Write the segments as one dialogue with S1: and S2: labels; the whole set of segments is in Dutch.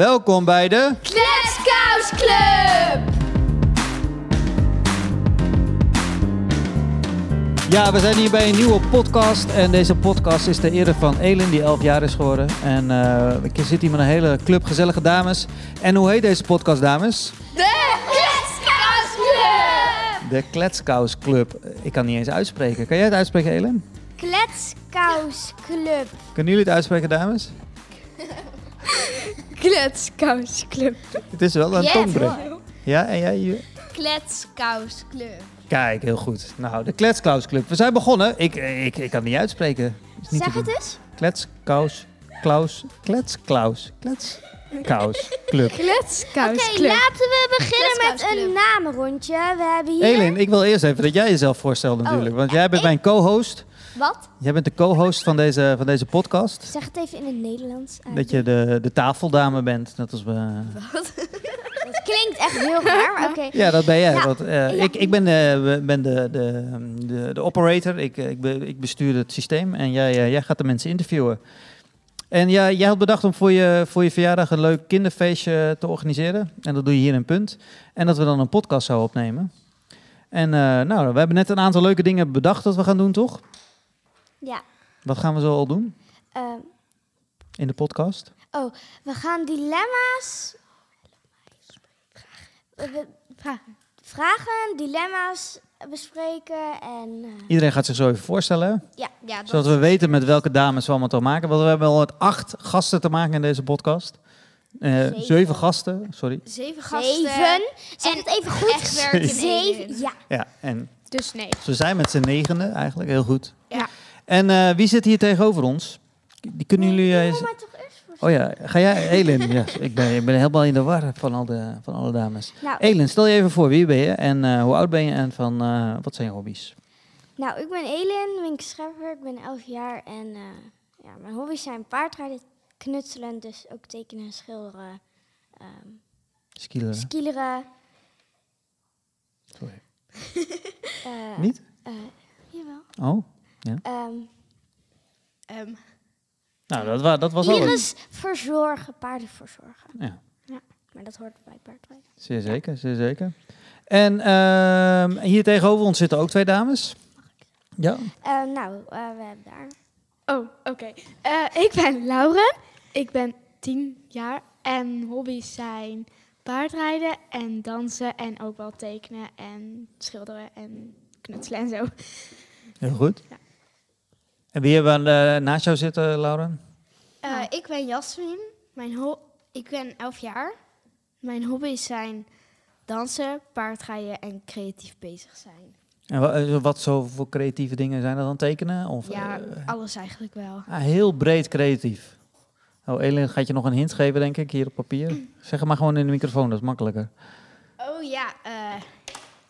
S1: Welkom bij de...
S2: Kletskous Club!
S1: Ja, we zijn hier bij een nieuwe podcast. En deze podcast is de ere van Elin, die 11 jaar is geworden. En eh, ik zit hier met een hele club gezellige dames. En hoe heet deze podcast, dames?
S2: De Kletskous Club!
S1: De Kletskous Club. Ik kan het niet eens uitspreken. Kan jij het uitspreken, Elin?
S3: Kletskous Club.
S1: Kunnen jullie het uitspreken, dames?
S3: Kletskous Club.
S1: Het is wel een
S2: Ja,
S1: tongbrug. Ja, en jij? Ju-
S2: Kletskous Club.
S1: Kijk, heel goed. Nou, de Kletskous Club. We zijn begonnen. Ik, ik, ik kan het niet uitspreken. Is niet te
S2: Zeg
S1: doen.
S2: het eens.
S1: Kletskous, Klaus, Kletsklaus, Kletskous Club.
S3: Kletskous
S2: Oké,
S3: Club.
S2: laten we
S3: beginnen met een namenrondje. We hebben hier...
S1: Elin, ik wil eerst even dat jij jezelf voorstelt natuurlijk.
S3: Oh,
S1: want jij bent mijn co-host.
S2: Wat?
S1: Jij bent de co-host van deze, van deze podcast.
S3: Zeg het even in het Nederlands.
S1: Dat je de, de tafeldame bent, net als we...
S3: Het klinkt echt heel raar, maar oké.
S1: Ja, dat ben jij.
S3: Ja,
S1: Want, eh, Ik, ik ben, eh, ben de, de, de, de operator, ik, eh, ik, be- ik bestuur het systeem en jij, eh, jij gaat de mensen interviewen. En ja, jij had bedacht om voor je, voor je verjaardag een leuk kinderfeestje te organiseren. En dat doe je hier in Punt. En dat we dan een podcast zouden opnemen. En eh, nou, we hebben net een aantal leuke dingen bedacht dat we gaan doen, toch?
S3: Ja.
S1: Wat gaan we zo al doen
S3: ehm, oh,
S1: in de podcast?
S3: we gaan dilemma's... Eh, we- Vragen. dilemma's bespreken en... eh,
S1: Iedereen gaat zich zo even voorstellen.
S3: ja, ja
S1: Zodat we weten met welke dames we allemaal te maken hebben. Want we hebben al met acht gasten te maken in deze podcast. Eh, zeven.
S3: Zeven.
S1: gasten, sorry.
S2: Zeven
S3: Zeven. Zeg
S2: En
S3: het even goed.
S2: echt werken in
S3: Zeven.
S2: Elin.
S3: Ja.
S1: Ja, en
S2: Dus nee.
S1: ze zijn met z'n negende eigenlijk, heel goed.
S2: Ja.
S1: En eh, wie zit hier tegenover ons? Die kunnen jullie... eh, z-
S3: maar toch eerst voor.
S1: oh ja, ga jij, Elin? ja, ik, ben, ik ben helemaal in de war van, al de, van alle dames.
S3: Nou,
S1: Elin, stel je even voor, wie ben je en eh, hoe oud ben je en van, eh, wat zijn je hobby's?
S3: Nou, ik ben Elin Wink Schepper, ik ben 11 jaar en eh, ja, mijn hobby's zijn paardrijden, knutselen, dus ook tekenen en schilderen, ehm
S1: Skileren,
S3: skileren.
S1: sorry.
S3: eh,
S1: Niet?
S3: eh, jawel.
S1: Oh,
S3: Ehm,
S2: Ehm.
S1: nou dat, wa- dat was al. het.
S3: Iris verzorgen, paarden verzorgen.
S1: Ja.
S3: Maar dat hoort bij paardrijden.
S1: Zeer zeker, zeer zeker. En ehm, hier tegenover ons zitten ook twee dames. Ja.
S3: Eh, nou, eh, we hebben daar.
S4: Oh, oké. Eh, ik ben Lauren. Ik ben 10 jaar. En hobby's zijn paardrijden en dansen en ook wel tekenen en schilderen en knutselen en zo.
S1: Heel goed. En wie hebben we eh, naast jou zitten, Lauren?
S4: Eh, ik ben Jasmin. Mijn ho- ik ben 11 jaar. Mijn hobby's zijn dansen, paardrijden en creatief bezig zijn.
S1: En wa- eh, wat zo voor creatieve dingen zijn dat dan? Tekenen? Of,
S4: ja,
S1: eh,
S4: alles eigenlijk wel.
S1: ah, heel breed creatief. Oh, Elin gaat je nog een hint geven, denk ik, hier op papier.
S4: Mm.
S1: Zeg het maar gewoon in de microfoon, dat is makkelijker.
S4: Oh ja, eh,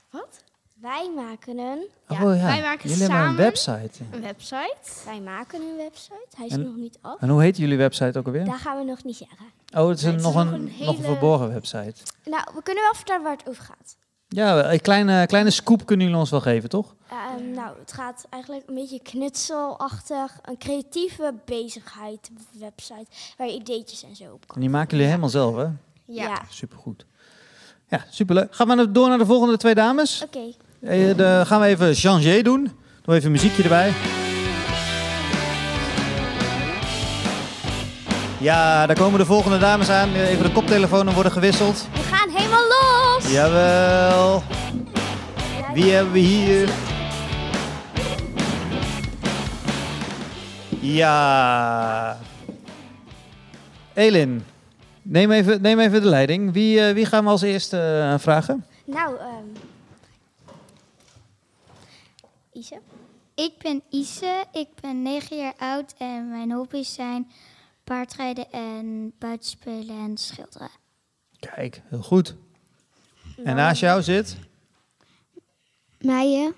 S4: wat?
S3: Wij maken een,
S4: Ja, wij maken
S1: Oh, jullie hebben een
S4: samen-
S1: website.
S4: Een website.
S3: wij maken een website, hij is
S1: En-
S3: nog niet af.
S1: En hoe heet jullie website ook alweer?
S3: Daar gaan we nog niet zeggen.
S1: oh, het is,
S4: Nee,
S1: een,
S4: het
S1: nog, een,
S4: is nog een
S1: nog een
S4: hele-
S1: verborgen website.
S3: Nou, we kunnen wel vertellen waar het over gaat.
S1: Ja, een kleine, kleine scoop kunnen jullie ons wel geven, toch?
S3: Ehm, nou, het gaat eigenlijk een beetje knutselachtig. Een creatieve bezigheid website waar je ideetjes en zo op
S1: En
S3: kan.
S1: die maken jullie helemaal zelf, hè?
S4: Ja.
S1: Supergoed. Ja, superleuk. Gaan we nou door naar de volgende twee dames.
S3: Oké.
S1: Eh, de- gaan we even changer doen. Doen we even een muziekje erbij. Ja, daar komen de volgende dames aan. Eh, Even de koptelefoons worden gewisseld.
S3: We gaan helemaal los!
S1: Jawel. Wie hebben we hier? Ja. Elin, neem even, neem even de leiding. Wie, eh, wie gaan we als eerste eh, vragen?
S3: Nou, ehm Ise?
S5: Ik ben Ise, ik ben 9 jaar oud en mijn hobby's zijn paardrijden en buitenspelen en schilderen.
S1: Kijk, heel goed. En naast jou zit?
S6: Meijen.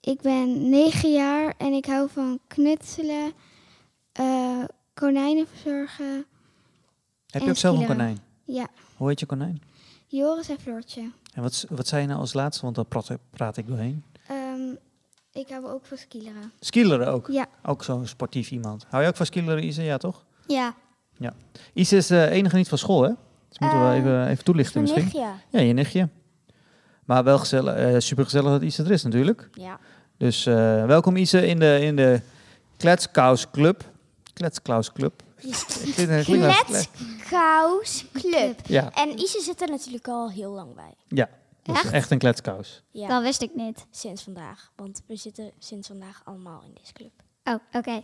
S6: Ik ben 9 jaar en ik hou van knutselen, eh, konijnen verzorgen.
S1: Heb je
S6: En
S1: ook zelf een
S6: Skila.
S1: konijn?
S6: Ja,
S1: Hoe heet je konijn?
S6: Joris en Floortje.
S1: En wat, s- wat zei je nou als laatste? Want daar praat, praat ik doorheen.
S6: Ehm, ik hou ook van skileren.
S1: Skileren ook.
S6: Ja.
S1: Ook zo'n sportief iemand. Hou je ook van skileren, Isa? Ja, toch?
S5: Ja,
S1: Ise is de enige niet van school, hè? Dus moeten we wel
S3: Eh,
S1: even, even toelichten
S3: Mijn
S1: misschien.
S3: nichtje.
S1: Ja, je nichtje. Maar wel gezellig, eh supergezellig dat Ise er is natuurlijk.
S3: Ja.
S1: Dus eh, welkom Ise in de, in de Kletskous Club. Kletskous Club. Klinkt- eh, klinkt als-
S3: Kletskous Club.
S1: Ja,
S3: En Ise zit er natuurlijk al heel lang bij.
S1: dat is
S5: Echt?
S1: echt een kletskous.
S3: Ja,
S5: Dat wist ik niet.
S3: sinds vandaag. Want we zitten sinds vandaag allemaal in deze club.
S5: Oh, oké.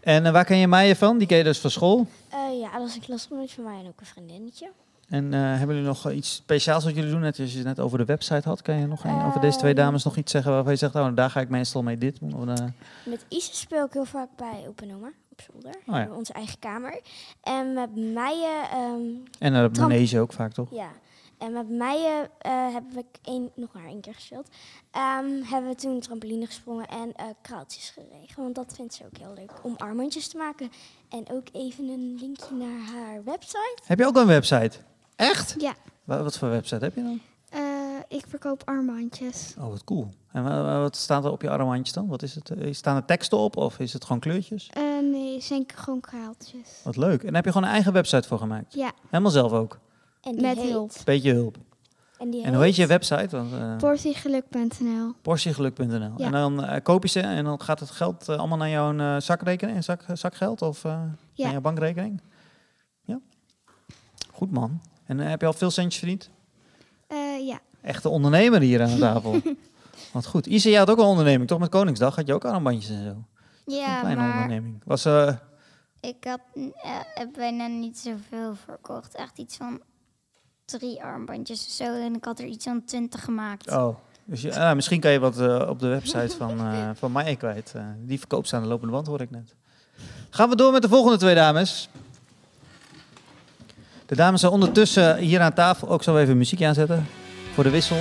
S1: En eh, waar ken je Maya van? Die ken je dus van school.
S3: Eh, ja, dat is een klasgenoot van mij en ook een vriendinnetje.
S1: En eh, hebben jullie nog eh, iets speciaals wat jullie doen? Net als je het net over de website had, kan je nog een- over deze twee dames nog iets zeggen waarvan je zegt, oh, daar ga ik meestal mee dit doen. Of, eh,
S3: Met Ise speel ik heel vaak bij Open Oma op zolder. We
S1: Oh ja.
S3: hebben onze eigen kamer. En met Meijen, ehm,
S1: en naar de
S3: Tram-
S1: manege ook vaak, toch?
S3: ja. En met Meijen eh heb ik één, nog maar één keer gespeeld. Ehm, hebben we toen trampoline gesprongen en eh kraaltjes geregen. Want dat vindt ze ook heel leuk om armbandjes te maken. En ook even een linkje naar haar website.
S1: Heb je ook een website? Echt?
S6: Ja.
S1: Wa- wat voor website heb je dan?
S6: Eh, ik verkoop armbandjes.
S1: Oh, wat cool. En wa- wa- wat staat er op je armbandjes dan? Wat is het? Eh, Staan er teksten op of is het gewoon kleurtjes?
S6: Eh, nee, het zijn gewoon kraaltjes.
S1: Wat leuk. En daar heb je gewoon een eigen website voor gemaakt?
S6: Ja.
S1: Helemaal zelf ook.
S3: En die
S6: Met
S3: heet-
S6: hulp.
S1: Beetje hulp.
S3: En, die
S1: En hoe heet je
S3: heet-
S1: website? Want, eh,
S6: Portiegeluk.nl.
S1: Portiegeluk.nl.
S6: Ja.
S1: En dan eh, koop je ze en dan gaat het geld eh, allemaal naar jouw eh, zakrekening, en zak, zakgeld of eh,
S6: Ja.
S1: naar jouw bankrekening. Ja. Goed man. En eh, heb je al veel centjes verdiend?
S6: Eh, ja.
S1: Echte ondernemer hier aan de tafel. Wat goed. Isa, jij had ook een onderneming, toch? Met Koningsdag had je ook armbandjes en zo. een
S5: Ja,
S1: kleine
S5: maar
S1: onderneming. Was, eh,
S5: ik had eh, heb bijna niet zoveel verkocht. Echt iets van drie armbandjes of zo. En ik had er iets van twintig gemaakt.
S1: oh, dus je, ah, misschien kan je wat eh, op de website van, eh van Maya kwijt. Eh, die verkoopt ze aan de lopende band, hoor ik net. Gaan we door met de volgende twee dames. De dames zijn ondertussen hier aan tafel. Ook zal we even muziekje aanzetten voor de wissel.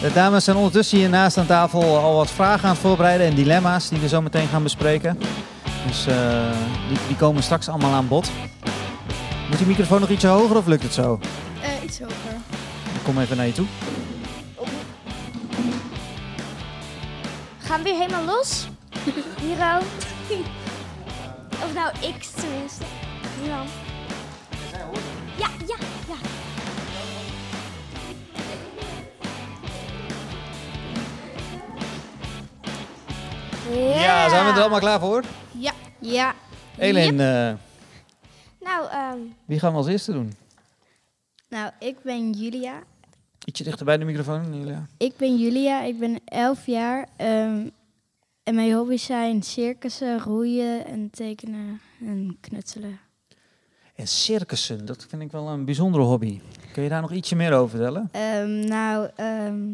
S1: De dames zijn ondertussen hiernaast aan tafel al wat vragen aan het voorbereiden en dilemma's die we zo meteen gaan bespreken. Dus eh, die, die komen straks allemaal aan bod. Moet die microfoon nog ietsje hoger of lukt het zo?
S4: Eh, iets hoger.
S1: Ik kom even naar je toe.
S3: Gaan we weer helemaal los? Hero? of nou, ik tenminste. Milan. Ja, ja, ja.
S1: Ja, zijn we er allemaal klaar voor?
S2: Ja.
S1: Ja. Elen, eh,
S3: Nou, ehm,
S1: wie gaan we als eerste doen?
S7: Nou, ik ben Julia.
S1: Ietsje dichter bij de microfoon, Julia.
S7: Ik ben Julia, ik ben 11 jaar. ehm, en mijn hobby's zijn circussen, roeien en tekenen en knutselen.
S1: En circussen, dat vind ik wel een bijzondere hobby. Kun je daar nog ietsje meer over vertellen?
S7: Ehm, nou, ehm,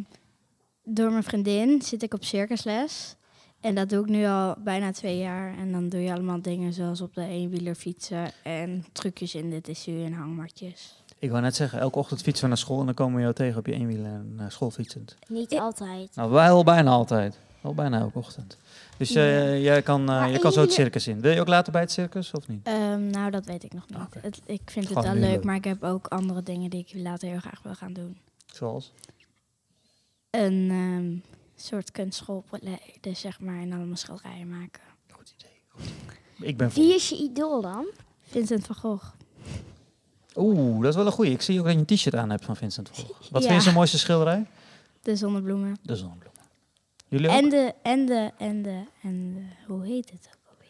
S7: door mijn vriendin zit ik op circusles. En dat doe ik nu al bijna twee jaar. En dan doe je allemaal dingen zoals op de eenwieler fietsen en trucjes in de tissu en hangmatjes.
S1: Ik wou net zeggen, elke ochtend fietsen we naar school en dan komen we jou tegen op je eh, eenwieler naar school fietsend.
S3: niet altijd.
S1: Nou, wij al bijna altijd. Al bijna elke ochtend. Dus eh, jij kan, eh,
S3: Maar
S1: je kan zo het
S3: eenwieler-
S1: circus in. Wil je ook later bij het circus of niet?
S7: Ehm, nou, dat weet ik nog niet.
S1: Oké.
S7: Het- ik vind het
S1: Gewoon nu
S7: wel leuk,
S1: leuk.
S7: maar ik heb ook andere dingen die ik later heel graag wil gaan doen.
S1: Zoals?
S7: een ehm, soort kunstschool leiden, zeg maar, en allemaal schilderijen maken.
S1: Goed idee. Goed idee. Ik ben voor.
S3: Wie is je idool dan?
S7: Vincent van Gogh.
S1: Oeh, dat is wel een goeie. Ik zie ook dat je een t-shirt aan hebt van Vincent Volk. Wat vind je
S7: Ja.
S1: zijn mooiste schilderij?
S7: De zonnebloemen.
S1: De zonnebloemen. Jullie ook?
S7: En de, en de, en de, en de, hoe heet het ook alweer?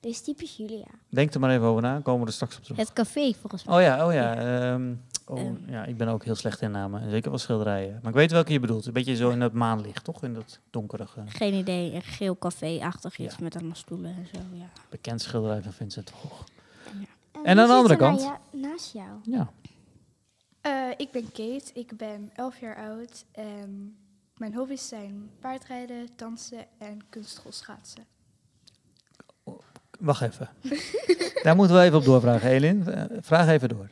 S3: Dit is typisch Julia.
S1: Denk er maar even over na, komen we er straks op terug.
S7: Het café, volgens mij.
S1: Oh ja, oh ja. ehm, oh,
S7: Ehm.
S1: ja, ik ben ook heel slecht in namen. en Zeker wel schilderijen. Maar ik weet welke je bedoelt. Een beetje zo in dat maanlicht, toch? In dat donkerige,
S7: Geen idee, een geel café-achtig iets
S1: Ja.
S7: met allemaal stoelen en zo, ja.
S1: bekend schilderij van Vincent van Gogh.
S3: En,
S1: aan de andere kant?
S3: naast jou.
S1: Ja.
S8: Eh, ik ben Kate, ik ben 11 jaar oud en mijn hobby's zijn paardrijden, dansen en kunstgolfschaatsen.
S1: Wacht even. Daar moeten we even op doorvragen, Elin. Eh, vraag even door.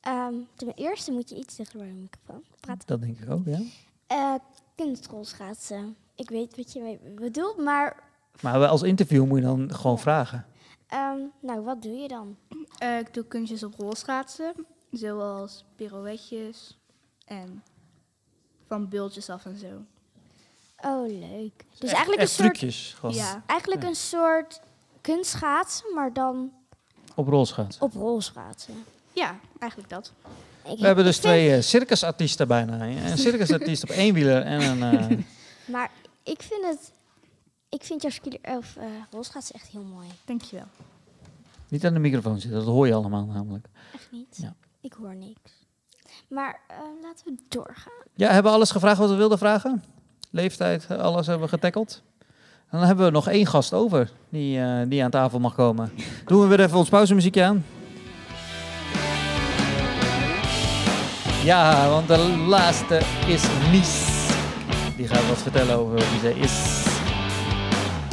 S3: Ehm, ten eerste moet je iets dichter bij de microfoon praten.
S1: Dat denk ik ook, ja.
S3: Eh kunstrolschaatsen. Ik weet wat je mee bedoelt, maar
S1: Maar we- als interview moet je dan gewoon vragen.
S3: ehm, nou, wat doe je dan?
S8: Eh, ik doe kunstjes op rolschaatsen, zoals pirouetjes en van bultjes af en zo.
S3: Oh, leuk. Dus eigenlijk,
S1: Echt
S3: een soort,
S1: trucjes. Gewoon.
S8: Ja,
S3: eigenlijk een soort kunstschaatsen, maar dan
S1: Op rolschaats.
S3: op rolschaatsen.
S8: Ja, eigenlijk dat.
S3: Ik-
S1: We hebben
S3: ik
S1: dus
S3: vind-
S1: twee eh, circusartiesten bijna. Een circusartiest op één wieler en een... eh,
S3: Maar ik vind het... Ik vind jouw skier, of, eh, rolschaatsen echt heel mooi.
S8: Dankjewel.
S1: niet aan de microfoon zitten, dat hoor je allemaal namelijk.
S3: Echt niet?
S1: Ja.
S3: Ik hoor niks. Maar eh, laten we doorgaan.
S1: Ja, hebben we alles gevraagd wat we wilden vragen? Leeftijd, eh, alles hebben we getackeld. En dan hebben we nog één gast over die, eh, die aan tafel mag komen. Doen we weer even ons pauzemuziekje aan? Ja, want de laatste is Mies. Die gaat wat vertellen over wie zij is.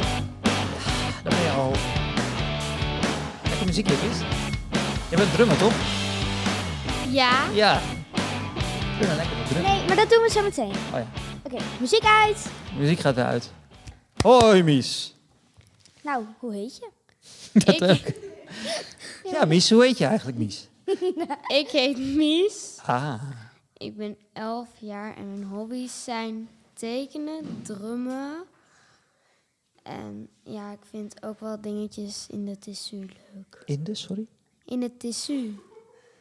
S1: Ja, Daar ben je al. Lekker muziekje, Mies. Je bent drummer, toch?
S3: Ja?
S1: Ja. Ik ben een lekkere drummer.
S3: Nee, maar dat doen we zo meteen.
S1: Oh ja.
S3: Oké, muziek uit.
S1: Muziek gaat weer uit. Hoi Mies.
S3: Nou, hoe heet je?
S1: Dat ook. Ja, Mies, hoe heet je eigenlijk Mies?
S9: Ik heet Mies.
S1: Ah,
S9: Ik ben 11 jaar en mijn hobby's zijn tekenen, drummen. En ja, ik vind ook wel dingetjes in de tissu leuk.
S1: in de, sorry?
S9: In het tissu.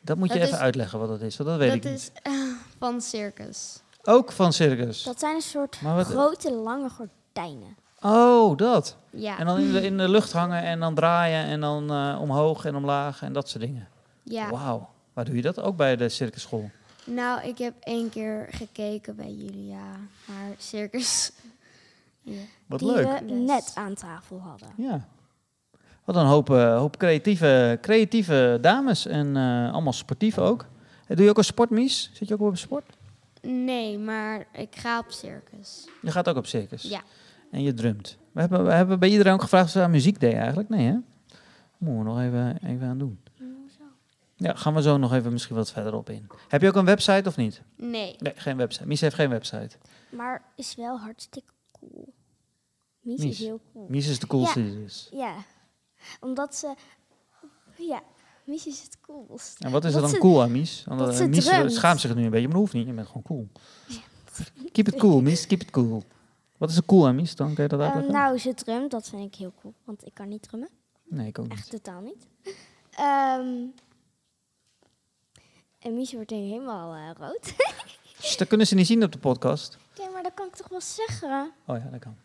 S1: Dat moet je
S9: Dat
S1: even
S9: is-
S1: uitleggen wat dat is, want dat weet ik
S9: dat is
S1: niet.
S9: eh, van circus.
S1: Ook van circus.
S3: Dat zijn een soort
S1: Maar wat-
S3: grote, lange gordijnen.
S1: Oh, dat.
S9: Ja.
S1: En dan in de, in de lucht hangen en dan draaien en dan eh, omhoog en omlaag en dat soort dingen.
S9: ja.
S1: Wauw. Waar doe je dat ook bij de circusschool?
S9: Nou, ik heb één keer gekeken bij Julia, haar circus. Ja.
S1: Wat
S3: die
S9: eh,
S1: leuk.
S3: we net aan tafel hadden.
S1: Ja. Wat een hoop, eh, hoop creatieve, creatieve dames en eh, allemaal sportief ook. Eh, Doe je ook een sport, Mies? Zit je ook op sport?
S9: Nee, maar ik ga op circus.
S1: Je gaat ook op circus?
S9: Ja.
S1: En je drumt. We hebben, we hebben bij iedereen ook gevraagd of ze aan muziek deden eigenlijk. Nee, hè? Moeten we nog even, even aan doen. Ja, gaan we zo nog even misschien wat verder op in. Heb je ook een website of niet?
S9: Nee.
S1: Nee, geen website. Mies heeft geen website.
S3: Maar is wel hartstikke cool. Mies,
S1: Mies.
S3: is heel cool.
S1: Mies is de coolste die er is.
S3: Ja, omdat ze... Ja, Mies is het coolst.
S1: En wat is er
S3: Dat
S1: dan
S3: ze-
S1: cool aan Mies? Want
S3: dat
S1: eh,
S3: ze
S1: Mies
S3: drumt.
S1: schaamt zich nu een beetje, maar dat hoeft niet. Je bent gewoon cool. Keep it cool, Mies. Keep it cool. Wat is er cool aan Mies dan? Kun je dat
S3: Ehm,
S1: uitleggen?
S3: nou, ze drumt, dat vind ik heel cool. Want ik kan niet drummen.
S1: nee, ik ook
S3: Echt
S1: niet.
S3: totaal niet. Ehm, en Mies wordt nu helemaal eh, rood.
S1: Sst, dat kunnen ze niet zien op de podcast.
S3: Oké, maar dat kan ik toch wel zeggen.
S1: Oh ja, dat kan.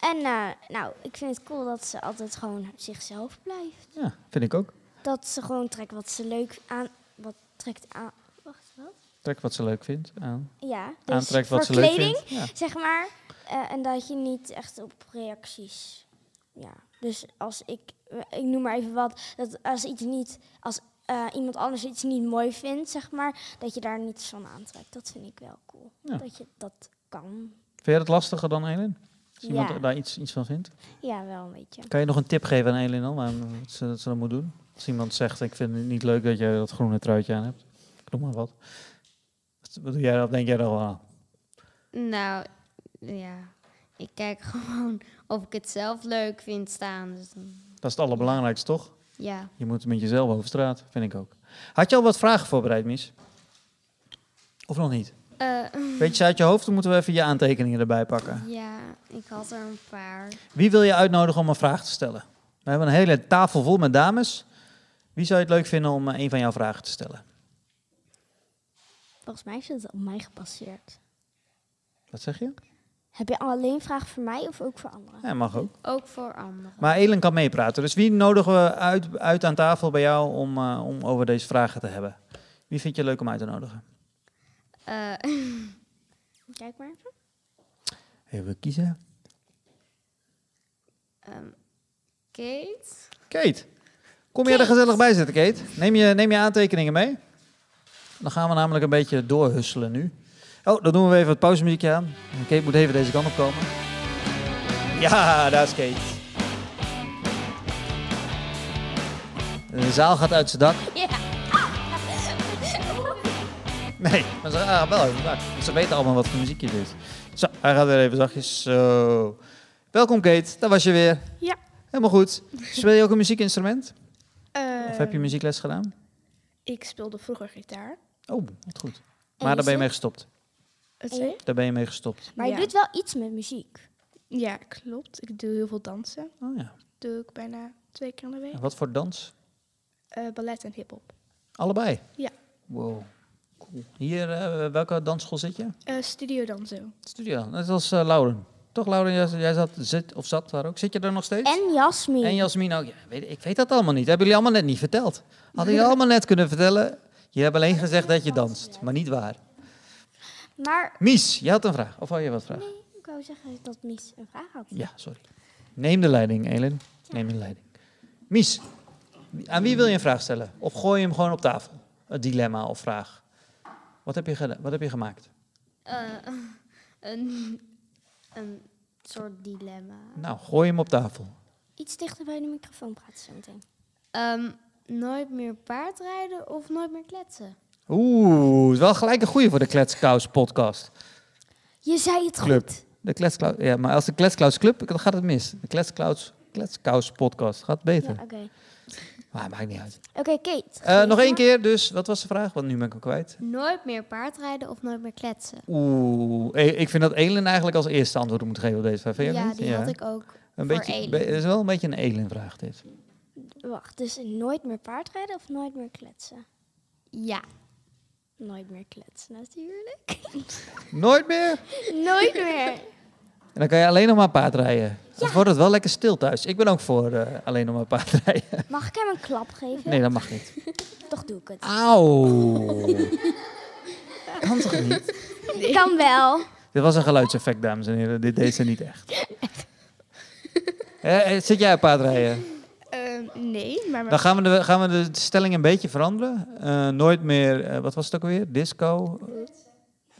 S3: En eh, nou, ik vind het cool dat ze altijd gewoon zichzelf blijft.
S1: Ja, vind ik ook.
S3: Dat ze gewoon trekt wat ze leuk aan... Wat trekt aan... Wacht, wat?
S1: Trek wat ze leuk vindt aan.
S3: Ja, dus
S1: Aantrek wat
S3: voor
S1: ze
S3: kleding,
S1: leuk vindt. Ja.
S3: zeg maar. eh, en dat je niet echt op reacties... Ja, dus als ik... Ik noem maar even wat. Dat als iets niet... Als eh, iemand anders iets niet mooi vindt, zeg maar... Dat je daar niets van aantrekt. Dat vind ik wel cool.
S1: Ja.
S3: Dat je dat kan.
S1: Vind jij dat lastiger dan Elin? Als iemand
S3: Ja.
S1: daar iets, iets van vindt.
S3: Ja, wel een beetje.
S1: Kan je nog een tip geven aan Elin dan? Waarom wat ze, dat ze dat moet doen? Als iemand zegt, ik vind het niet leuk dat jij dat groene truitje aan hebt. Ik noem maar wat. Wat- Wat doe jij, wat denk jij dan? ah, wel aan?
S9: Nou, ja. Ik kijk gewoon of ik het zelf leuk vind staan. Dus dan,
S1: Dat is het allerbelangrijkste, toch?
S9: ja.
S1: Je moet met jezelf over straat, vind ik ook. Had je al wat vragen voorbereid, Mies? Of nog niet?
S9: Eh,
S1: Weet je ze uit je hoofd, dan moeten we even je aantekeningen erbij pakken.
S9: ja, ik had er een paar.
S1: Wie wil je uitnodigen om een vraag te stellen? We hebben een hele tafel vol met dames. Wie zou je het leuk vinden om eh, een van jouw vragen te stellen?
S3: Volgens mij is het op mij gepasseerd.
S1: Wat zeg je?
S3: Heb je alleen vragen voor mij of ook voor anderen?
S1: Ja, mag ook.
S9: Ook voor anderen.
S1: Maar Elen kan meepraten. Dus wie nodigen we uit, uit aan tafel bij jou om, eh, om over deze vragen te hebben? Wie vind je leuk om uit te nodigen?
S9: Eh,
S3: Kijk maar even.
S1: Even kiezen.
S9: ehm, Kate?
S1: Kate, kom je er gezellig bij zitten, Kate. Neem je, neem je aantekeningen mee. Dan gaan we namelijk een beetje doorhusselen nu. Oh, dan doen we even het pauzemuziekje aan. En Kate moet even deze kant op komen. Ja, daar is Kate. De zaal gaat uit zijn dak. Nee, maar ze gaan wel uit zijn dak. Want Ze weten allemaal wat voor muziek je doet. Zo, hij gaat weer even zachtjes. Zo. Welkom Kate, daar was je weer.
S4: Ja.
S1: Helemaal goed. Speel Dus je ook een muziekinstrument? Of
S8: Eh,
S1: heb je muziekles gedaan?
S8: Ik speelde vroeger gitaar.
S1: Oh, wat goed. Maar daar ben je mee gestopt.
S8: Het
S3: En je?
S1: Daar ben je mee gestopt.
S3: Maar
S8: Ja.
S3: je doet wel iets met muziek.
S8: Ja, klopt. Ik doe heel veel dansen.
S1: Oh ja.
S8: doe ik bijna twee keer in de week.
S1: En wat voor dans?
S8: Eh, ballet en hip-hop.
S1: Allebei?
S8: Ja.
S1: Wow. Cool. Hier, eh, welke dansschool zit je?
S8: Eh studio dan zo.
S1: Studio, net als eh, Lauren. Toch, Lauren? Jij, jij zat, zit, of zat daar ook. Zit je daar nog steeds?
S3: En Jasmin.
S1: En Jasmin ook. Ja, weet, ik weet dat allemaal niet. Hebben jullie allemaal net niet verteld. Hadden jullie allemaal net kunnen vertellen. Je hebt alleen gezegd dat je danst, maar niet waar.
S3: Maar
S1: Mies, je had een vraag. Of had je wat vraag?
S3: ik wou zeggen dat Mies een vraag had.
S1: Ja, sorry. Neem de leiding, Elin. Neem de leiding. Mies, aan wie wil je een vraag stellen? Of gooi je hem gewoon op tafel? Een dilemma of vraag. Wat heb je, geda- wat heb je gemaakt?
S9: Eh, een, een soort dilemma.
S1: Nou, gooi hem op tafel.
S3: Iets dichter bij de microfoon praten zo meteen.
S9: Ehm, nooit meer paardrijden of nooit meer kletsen?
S1: Oeh, is wel gelijk een goeie voor de Kletskous podcast.
S3: Je zei het
S1: Club.
S3: goed.
S1: De Kletskous, ja, maar als de Kletskous Club, dan gaat het mis. De Kletskous, Kletskous podcast gaat
S3: Ja,
S1: beter.
S3: oké.
S1: Maar maakt niet uit.
S3: Oké, Kate.
S1: Eh, nog één
S3: keer.
S1: keer dus, wat was de vraag? Want nu ben ik hem kwijt.
S9: Nooit meer paardrijden of nooit meer kletsen?
S1: Oeh, eh, ik vind dat Elin eigenlijk als eerste antwoord moet geven op deze vraag. Vind je
S9: ja,
S1: dat niet?
S9: die had ik ook.
S1: Een
S9: voor
S1: beetje,
S9: Elin.
S1: be- is wel een beetje een Elin-vraag dit.
S3: Wacht, dus nooit meer paardrijden of nooit meer kletsen?
S9: Ja.
S3: Nooit meer kletsen, natuurlijk.
S1: Nooit meer?
S3: Nooit meer.
S1: En dan kan je alleen nog maar paardrijden. Dan wordt het wel lekker stil thuis. Ik ben ook voor eh, alleen nog maar paardrijden.
S3: Mag ik hem een klap geven?
S1: Nee, dat mag niet.
S3: Toch doe ik het.
S1: Auw. Kan toch niet?
S3: Kan wel.
S1: Dit was een geluidseffect, dames en heren. Dit deed ze niet echt. Eh, eh, zit jij op paardrijden?
S9: Ehm,
S4: nee, maar
S1: Dan gaan we de, gaan we de stelling een beetje veranderen. Eh, nooit meer, eh, wat was het ook alweer? Disco?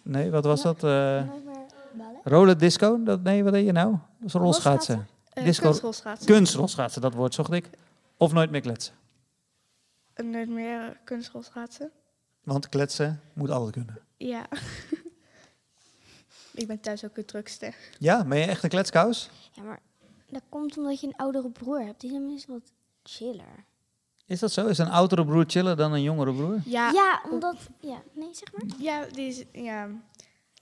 S1: Nee, wat was dat? Eh,
S3: Nooit meer ballen.
S1: roller disco? Dat, nee, wat deed je nou? Dat is rolschaatsen.
S8: Eh
S1: Disco-
S8: kunstrolschaatsen.
S1: Kunstrolschaatsen, dat woord zocht ik. Of nooit meer kletsen.
S8: Eh, Nooit meer eh, kunstrolschaatsen.
S1: Want kletsen moet alles kunnen.
S8: Ja. ik ben thuis ook de drukste.
S1: Ja, ben je echt een kletskous?
S3: Ja, maar dat komt omdat je een oudere broer hebt. Die is tenminste wat chiller.
S1: Is dat zo? Is een oudere broer chiller dan een jongere broer?
S8: Ja.
S3: ja, omdat... Ja, nee, zeg maar.
S8: Ja, die is... Ja.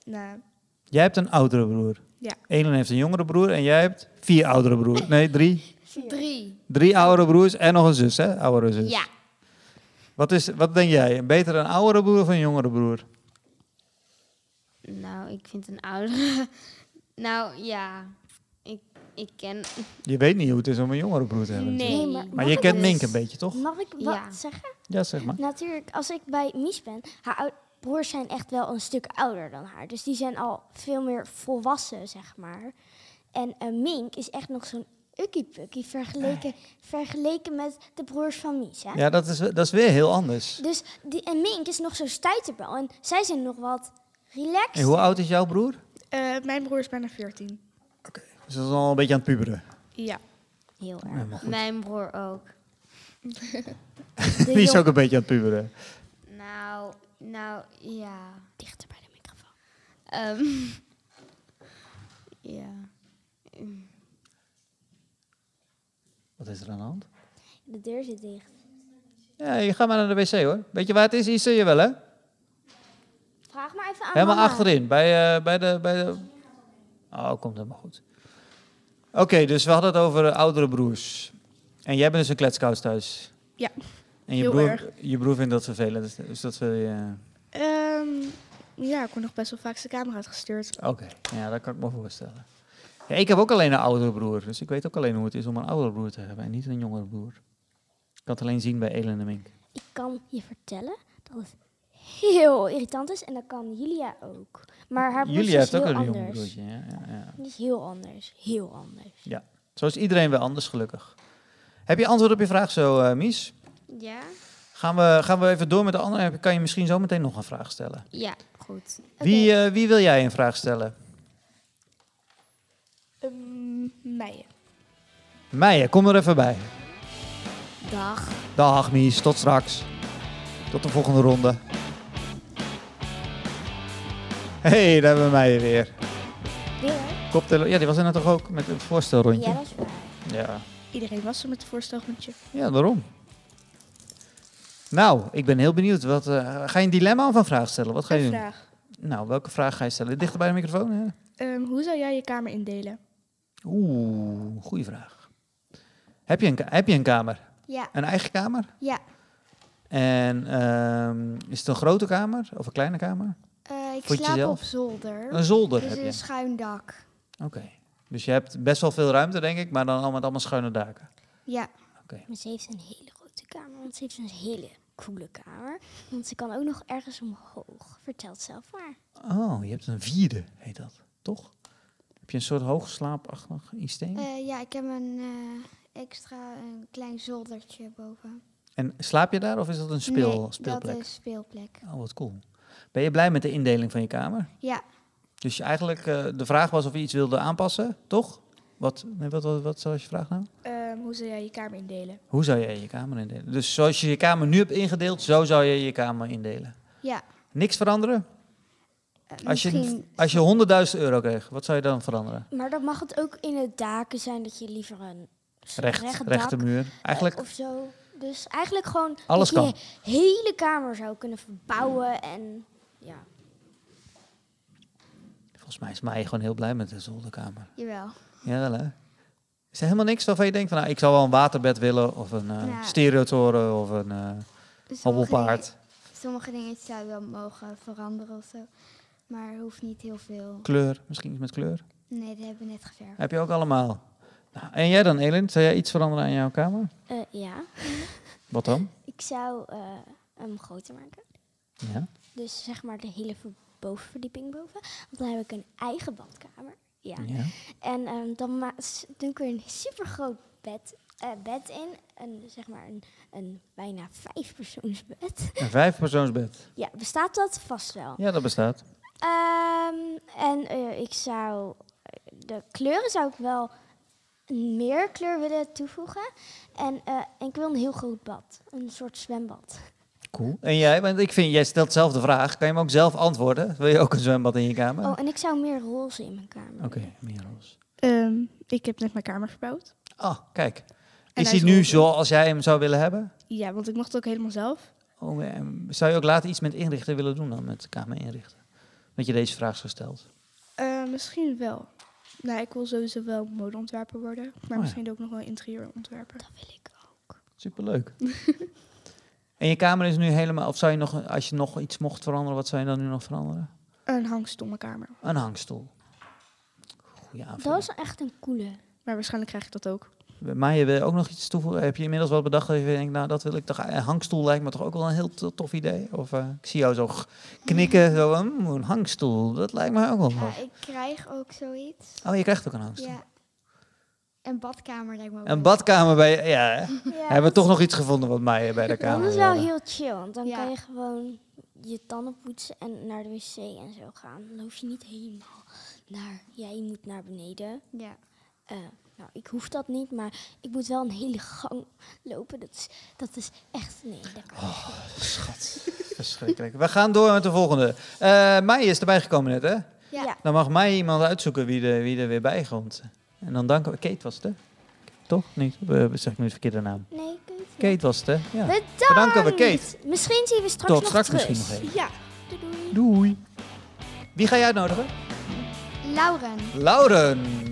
S8: Nou,
S1: Jij hebt een oudere broer.
S8: Ja.
S1: Elin heeft een jongere broer en jij hebt vier oudere broers. Nee, drie.
S9: Drie.
S1: Drie oudere broers en nog een zus, hè? Oudere zus.
S9: Ja.
S1: Wat, is, wat denk jij? Beter een oudere broer of een jongere broer?
S9: Nou, ik vind een oudere... Nou, ja. Ik, ik ken...
S1: Je weet niet hoe het is om een jongere broer te hebben.
S9: Nee.
S3: maar-
S1: Maar je
S3: Mag
S1: kent
S3: ik-
S1: Mink een beetje, toch?
S3: Mag ik wat
S9: Ja.
S3: zeggen?
S1: Ja, zeg maar.
S3: Natuurlijk, als ik bij Mies ben, haar oud- broers zijn echt wel een stuk ouder dan haar. Dus die zijn al veel meer volwassen, zeg maar. En eh, Mink is echt nog zo'n ukkiepukkie vergeleken, vergeleken met de broers van Mies. Hè?
S1: Ah. Ja, dat is, dat is weer heel anders.
S3: Dus die, en Mink is nog zo'n stuiterbel. En zij zijn nog wat
S1: En
S3: relaxed.
S1: hoe oud is jouw broer?
S8: eh, mijn broer is bijna 14.
S1: Dus dat is al een beetje aan het puberen.
S8: Ja.
S3: Heel erg.
S1: Ja, maar goed.
S9: Mijn broer ook.
S1: Die is ook een beetje aan het puberen.
S9: Nou, nou, ja.
S3: Dichter bij de microfoon.
S9: Ehm, ja.
S1: Wat is er aan de hand?
S3: De deur zit dicht.
S1: Ja, je gaat maar naar de wc hoor. Weet je waar het is? Hier zie je
S8: Ah,
S1: wel hè?
S3: Vraag maar even aan
S1: Helemaal
S3: mama.
S1: achterin. Bij, eh, bij de... Bij de... Oh, komt helemaal goed. Oké, dus we hadden het over eh, oudere broers. En jij bent dus een kletskous thuis.
S8: Ja,
S1: En je
S8: heel
S1: broer,
S8: erg.
S1: je broer vindt dat vervelend. Dus dat wil je...
S8: Ehm, ja, ik word nog best wel vaak de camera uitgestuurd.
S1: Oké, ja, dat kan ik me voorstellen. Ja, ik heb ook alleen een oudere broer, dus ik weet ook alleen hoe het is om een oudere broer te hebben en niet een jongere broer. Ik kan het alleen zien bij Elin en Mink.
S3: Ik kan je vertellen dat het heel irritant is. En dat kan Julia ook. Maar haar broertje
S1: Julia
S3: is
S1: heeft ook
S3: heel
S1: een
S3: anders.
S1: jong broertje. Ja, ja, ja.
S3: Die is heel anders. Heel anders.
S1: Zo is iedereen wel anders, gelukkig. Heb je antwoord op je vraag zo, eh, Mies?
S9: Ja?
S1: Gaan we, gaan we even door met de andere? Heb- Kan je misschien zo meteen nog een vraag stellen?
S9: Ja, goed.
S1: Wie, eh, wie wil jij een vraag stellen?
S8: Ehm meiën.
S1: Meijer, eh, kom er even bij.
S9: Dag.
S1: Dag Mies, tot straks. Tot de volgende ronde. hey, daar hebben we Meijer weer.
S3: Weer?
S1: Koptele ja, die was er net toch ook met een voorstelrondje?
S3: Ja, dat is waar.
S1: Ja.
S8: Iedereen was er met het voorstelpuntje.
S1: Ja, daarom. Nou, ik ben heel benieuwd. Wat, eh, ga je een dilemma of een vraag stellen? Wat ga je
S8: Een
S1: doen?
S8: vraag.
S1: Nou, welke vraag ga je stellen? Dichter bij de microfoon? Hè?
S8: Ehm, hoe zou jij je kamer indelen?
S1: Oeh, goede vraag. Heb je een, ka- heb je een kamer?
S9: Ja.
S1: Een eigen kamer?
S9: Ja.
S1: En ehm, is het een grote kamer of een kleine kamer?
S5: eh,
S9: ik
S1: Vond je
S9: slaap
S1: zelf?
S9: op zolder.
S1: Een zolder
S9: dus
S1: heb
S9: een
S1: je.
S9: schuin dak.
S1: Oké. Dus je hebt best wel veel ruimte, denk ik, maar dan allemaal, met allemaal schuine daken.
S9: Ja.
S3: Maar ze heeft een hele grote kamer, want ze heeft een hele coole kamer. Want ze kan ook nog ergens omhoog. Vertelt zelf maar.
S1: Oh, je hebt een vierde, heet dat, toch? Heb je een soort hoogslaapachtig systeem?
S8: Eh, ja, ik heb een eh, extra een klein zoldertje boven.
S1: En slaap je daar of is dat een speel,
S8: nee,
S1: speelplek?
S8: dat is speelplek.
S1: Oh, wat cool. Ben je blij met de indeling van je kamer?
S8: Ja.
S1: Dus je eigenlijk, eh, de vraag was of je iets wilde aanpassen, toch? Wat, nee, wat, wat, wat was je vraag nou?
S8: Ehm, hoe zou jij je kamer indelen?
S1: Hoe zou jij je kamer indelen? Dus zoals je je kamer nu hebt ingedeeld, zo zou je je kamer indelen.
S8: Ja.
S1: Niks veranderen?
S3: Eh,
S1: Als je,
S3: misschien-
S1: als je 100.000 euro kreeg, wat zou je dan veranderen?
S3: Maar dan mag het ook in het daken zijn dat je liever een s-
S1: Recht,
S3: recht
S1: rechte
S3: dak,
S1: muur. Eigenlijk
S3: eh, Of zo. Dus eigenlijk gewoon
S1: Alles
S3: dat je
S1: kan.
S3: je hele kamer zou kunnen verbouwen en ja.
S1: Volgens mij is Maaije gewoon heel blij met de zolderkamer.
S8: Jawel.
S1: Jawel, hè? Is er helemaal niks waarvan je denkt van, nou, ik zou wel een waterbed willen of een eh
S8: Nou.
S1: stereotoren of een eh hobbelpaard.
S8: Sommige dingen zou wel mogen veranderen of zo. Maar hoeft niet heel veel.
S1: Kleur, misschien iets met kleur.
S8: Nee, dat hebben we net geverfd.
S1: Heb je ook allemaal. Nou, en jij dan, Elin? Zou jij iets veranderen aan jouw kamer?
S3: Eh, ja.
S1: Wat dan?
S3: Ik zou eh, hem groter maken.
S1: Ja.
S3: Dus zeg maar de hele ver- bovenverdieping boven. Want dan heb ik een eigen badkamer. Ja.
S1: Ja.
S3: En ehm, dan ma- s- doe ik er een super groot bed, eh, bed in. Een, zeg maar een, een bijna vijfpersoonsbed.
S1: Een vijfpersoonsbed.
S3: ja, bestaat dat vast wel.
S1: Ja, dat bestaat.
S3: Ehm, en eh, ik zou eh, de kleuren zou ik wel meer kleur willen toevoegen. En, eh, en ik wil een heel groot bad. Een soort zwembad.
S1: Cool. En jij? Want ik vind, jij stelt zelf de vraag. Kan je hem ook zelf antwoorden? Wil je ook een zwembad in je kamer?
S3: Oh, en ik zou meer roze in mijn kamer.
S1: Oké, meer roze.
S10: Ehm, ik heb net mijn kamer verbouwd.
S1: Oh, kijk.
S10: En
S1: Is
S10: hij
S1: hij
S10: is
S1: nu
S10: roze.
S1: zoals jij hem zou willen hebben?
S10: Ja, want ik mocht het ook helemaal zelf.
S1: Oh, en zou je ook later iets met inrichten willen doen dan, met de kamer inrichten? Dat je deze vraag zo stelt.
S8: Ehm,
S10: Eh, misschien wel. Nou, ik wil sowieso wel modeontwerper worden. Maar
S1: Oh ja.
S10: misschien ook nog wel interieurontwerper. Dat wil ik ook.
S1: Superleuk. en je kamer is nu helemaal... Of zou je nog, als je nog iets mocht veranderen, wat zou je dan nu nog veranderen?
S10: Een hangstoelkamer.
S1: Een hangstoel. Goeie aanvulling.
S3: Dat is echt een coole.
S10: Maar waarschijnlijk krijg ik dat ook.
S1: Maar je wil je ook nog iets toevoegen? Heb je inmiddels wat bedacht dat je denkt, nou dat wil ik toch... Een hangstoel lijkt me toch ook wel een heel to- tof idee? Of eh, ik zie jou zo g- knikken, zo "Mm, een hangstoel, dat lijkt me ook wel
S8: Ja,
S1: tof.
S8: ik krijg ook zoiets.
S1: Oh, je krijgt ook een hangstoel.
S8: Ja. Een badkamer lijkt me ook
S1: Een
S8: leuk.
S1: badkamer bij... Ja, hè? hebben we
S3: dat-
S1: toch nog iets gevonden wat mij bij de kamer eh,
S3: Dat is wel
S1: wilde.
S3: heel chill, want dan
S8: Ja.
S3: kan je gewoon je tanden poetsen en naar de wc en zo gaan. Dan hoef je niet helemaal naar... Ja, je moet naar beneden.
S8: Ja.
S3: Eh, nou, ik hoef dat niet, maar ik moet wel een hele gang lopen. Dat is, dat is echt... Nee, dat kan
S1: Oh, schat. Verschrikkelijk. We gaan door met de volgende. Eh Mei is erbij gekomen net, hè?
S3: Ja. Ja.
S1: Dan mag mij iemand uitzoeken wie, de, wie er weer bij komt. En dan danken we... Kate was het, hè? Toch? Niet? We zeg ik nu de verkeerde naam.
S3: Nee, Kate.
S1: Kate was het, hè? Ja.
S3: Bedankt!
S1: Bedankt dat we Kate.
S3: Misschien zien we straks
S1: Tot
S3: nog
S1: straks
S3: terug.
S1: misschien nog even.
S10: Ja.
S1: Doei. Wie ga jij uitnodigen?
S8: Lauren.
S1: Lauren.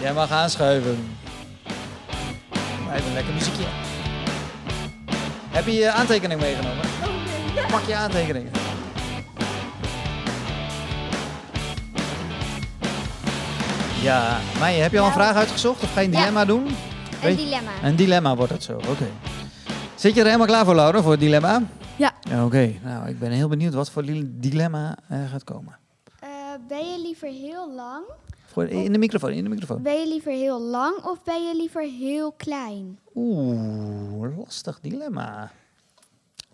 S1: Jij mag aanschuiven. Maar Even een lekker muziekje. Heb je je aantekening meegenomen? Pak je aantekeningen. Ja, Meijer, heb je al een vraag uitgezocht of ga je een
S8: Ja.
S1: dilemma doen? Weet-
S8: dilemma.
S1: Een dilemma wordt het zo, oké. Zit je er helemaal klaar voor, Laura, voor het dilemma?
S10: Ja.
S1: Oké, nou, ik ben heel benieuwd wat voor li- dilemma er gaat komen.
S8: Eh, ben je liever heel lang?
S1: Voor, in de microfoon, in de microfoon.
S8: Ben je liever heel lang of ben je liever heel klein?
S1: Oeh, lastig dilemma.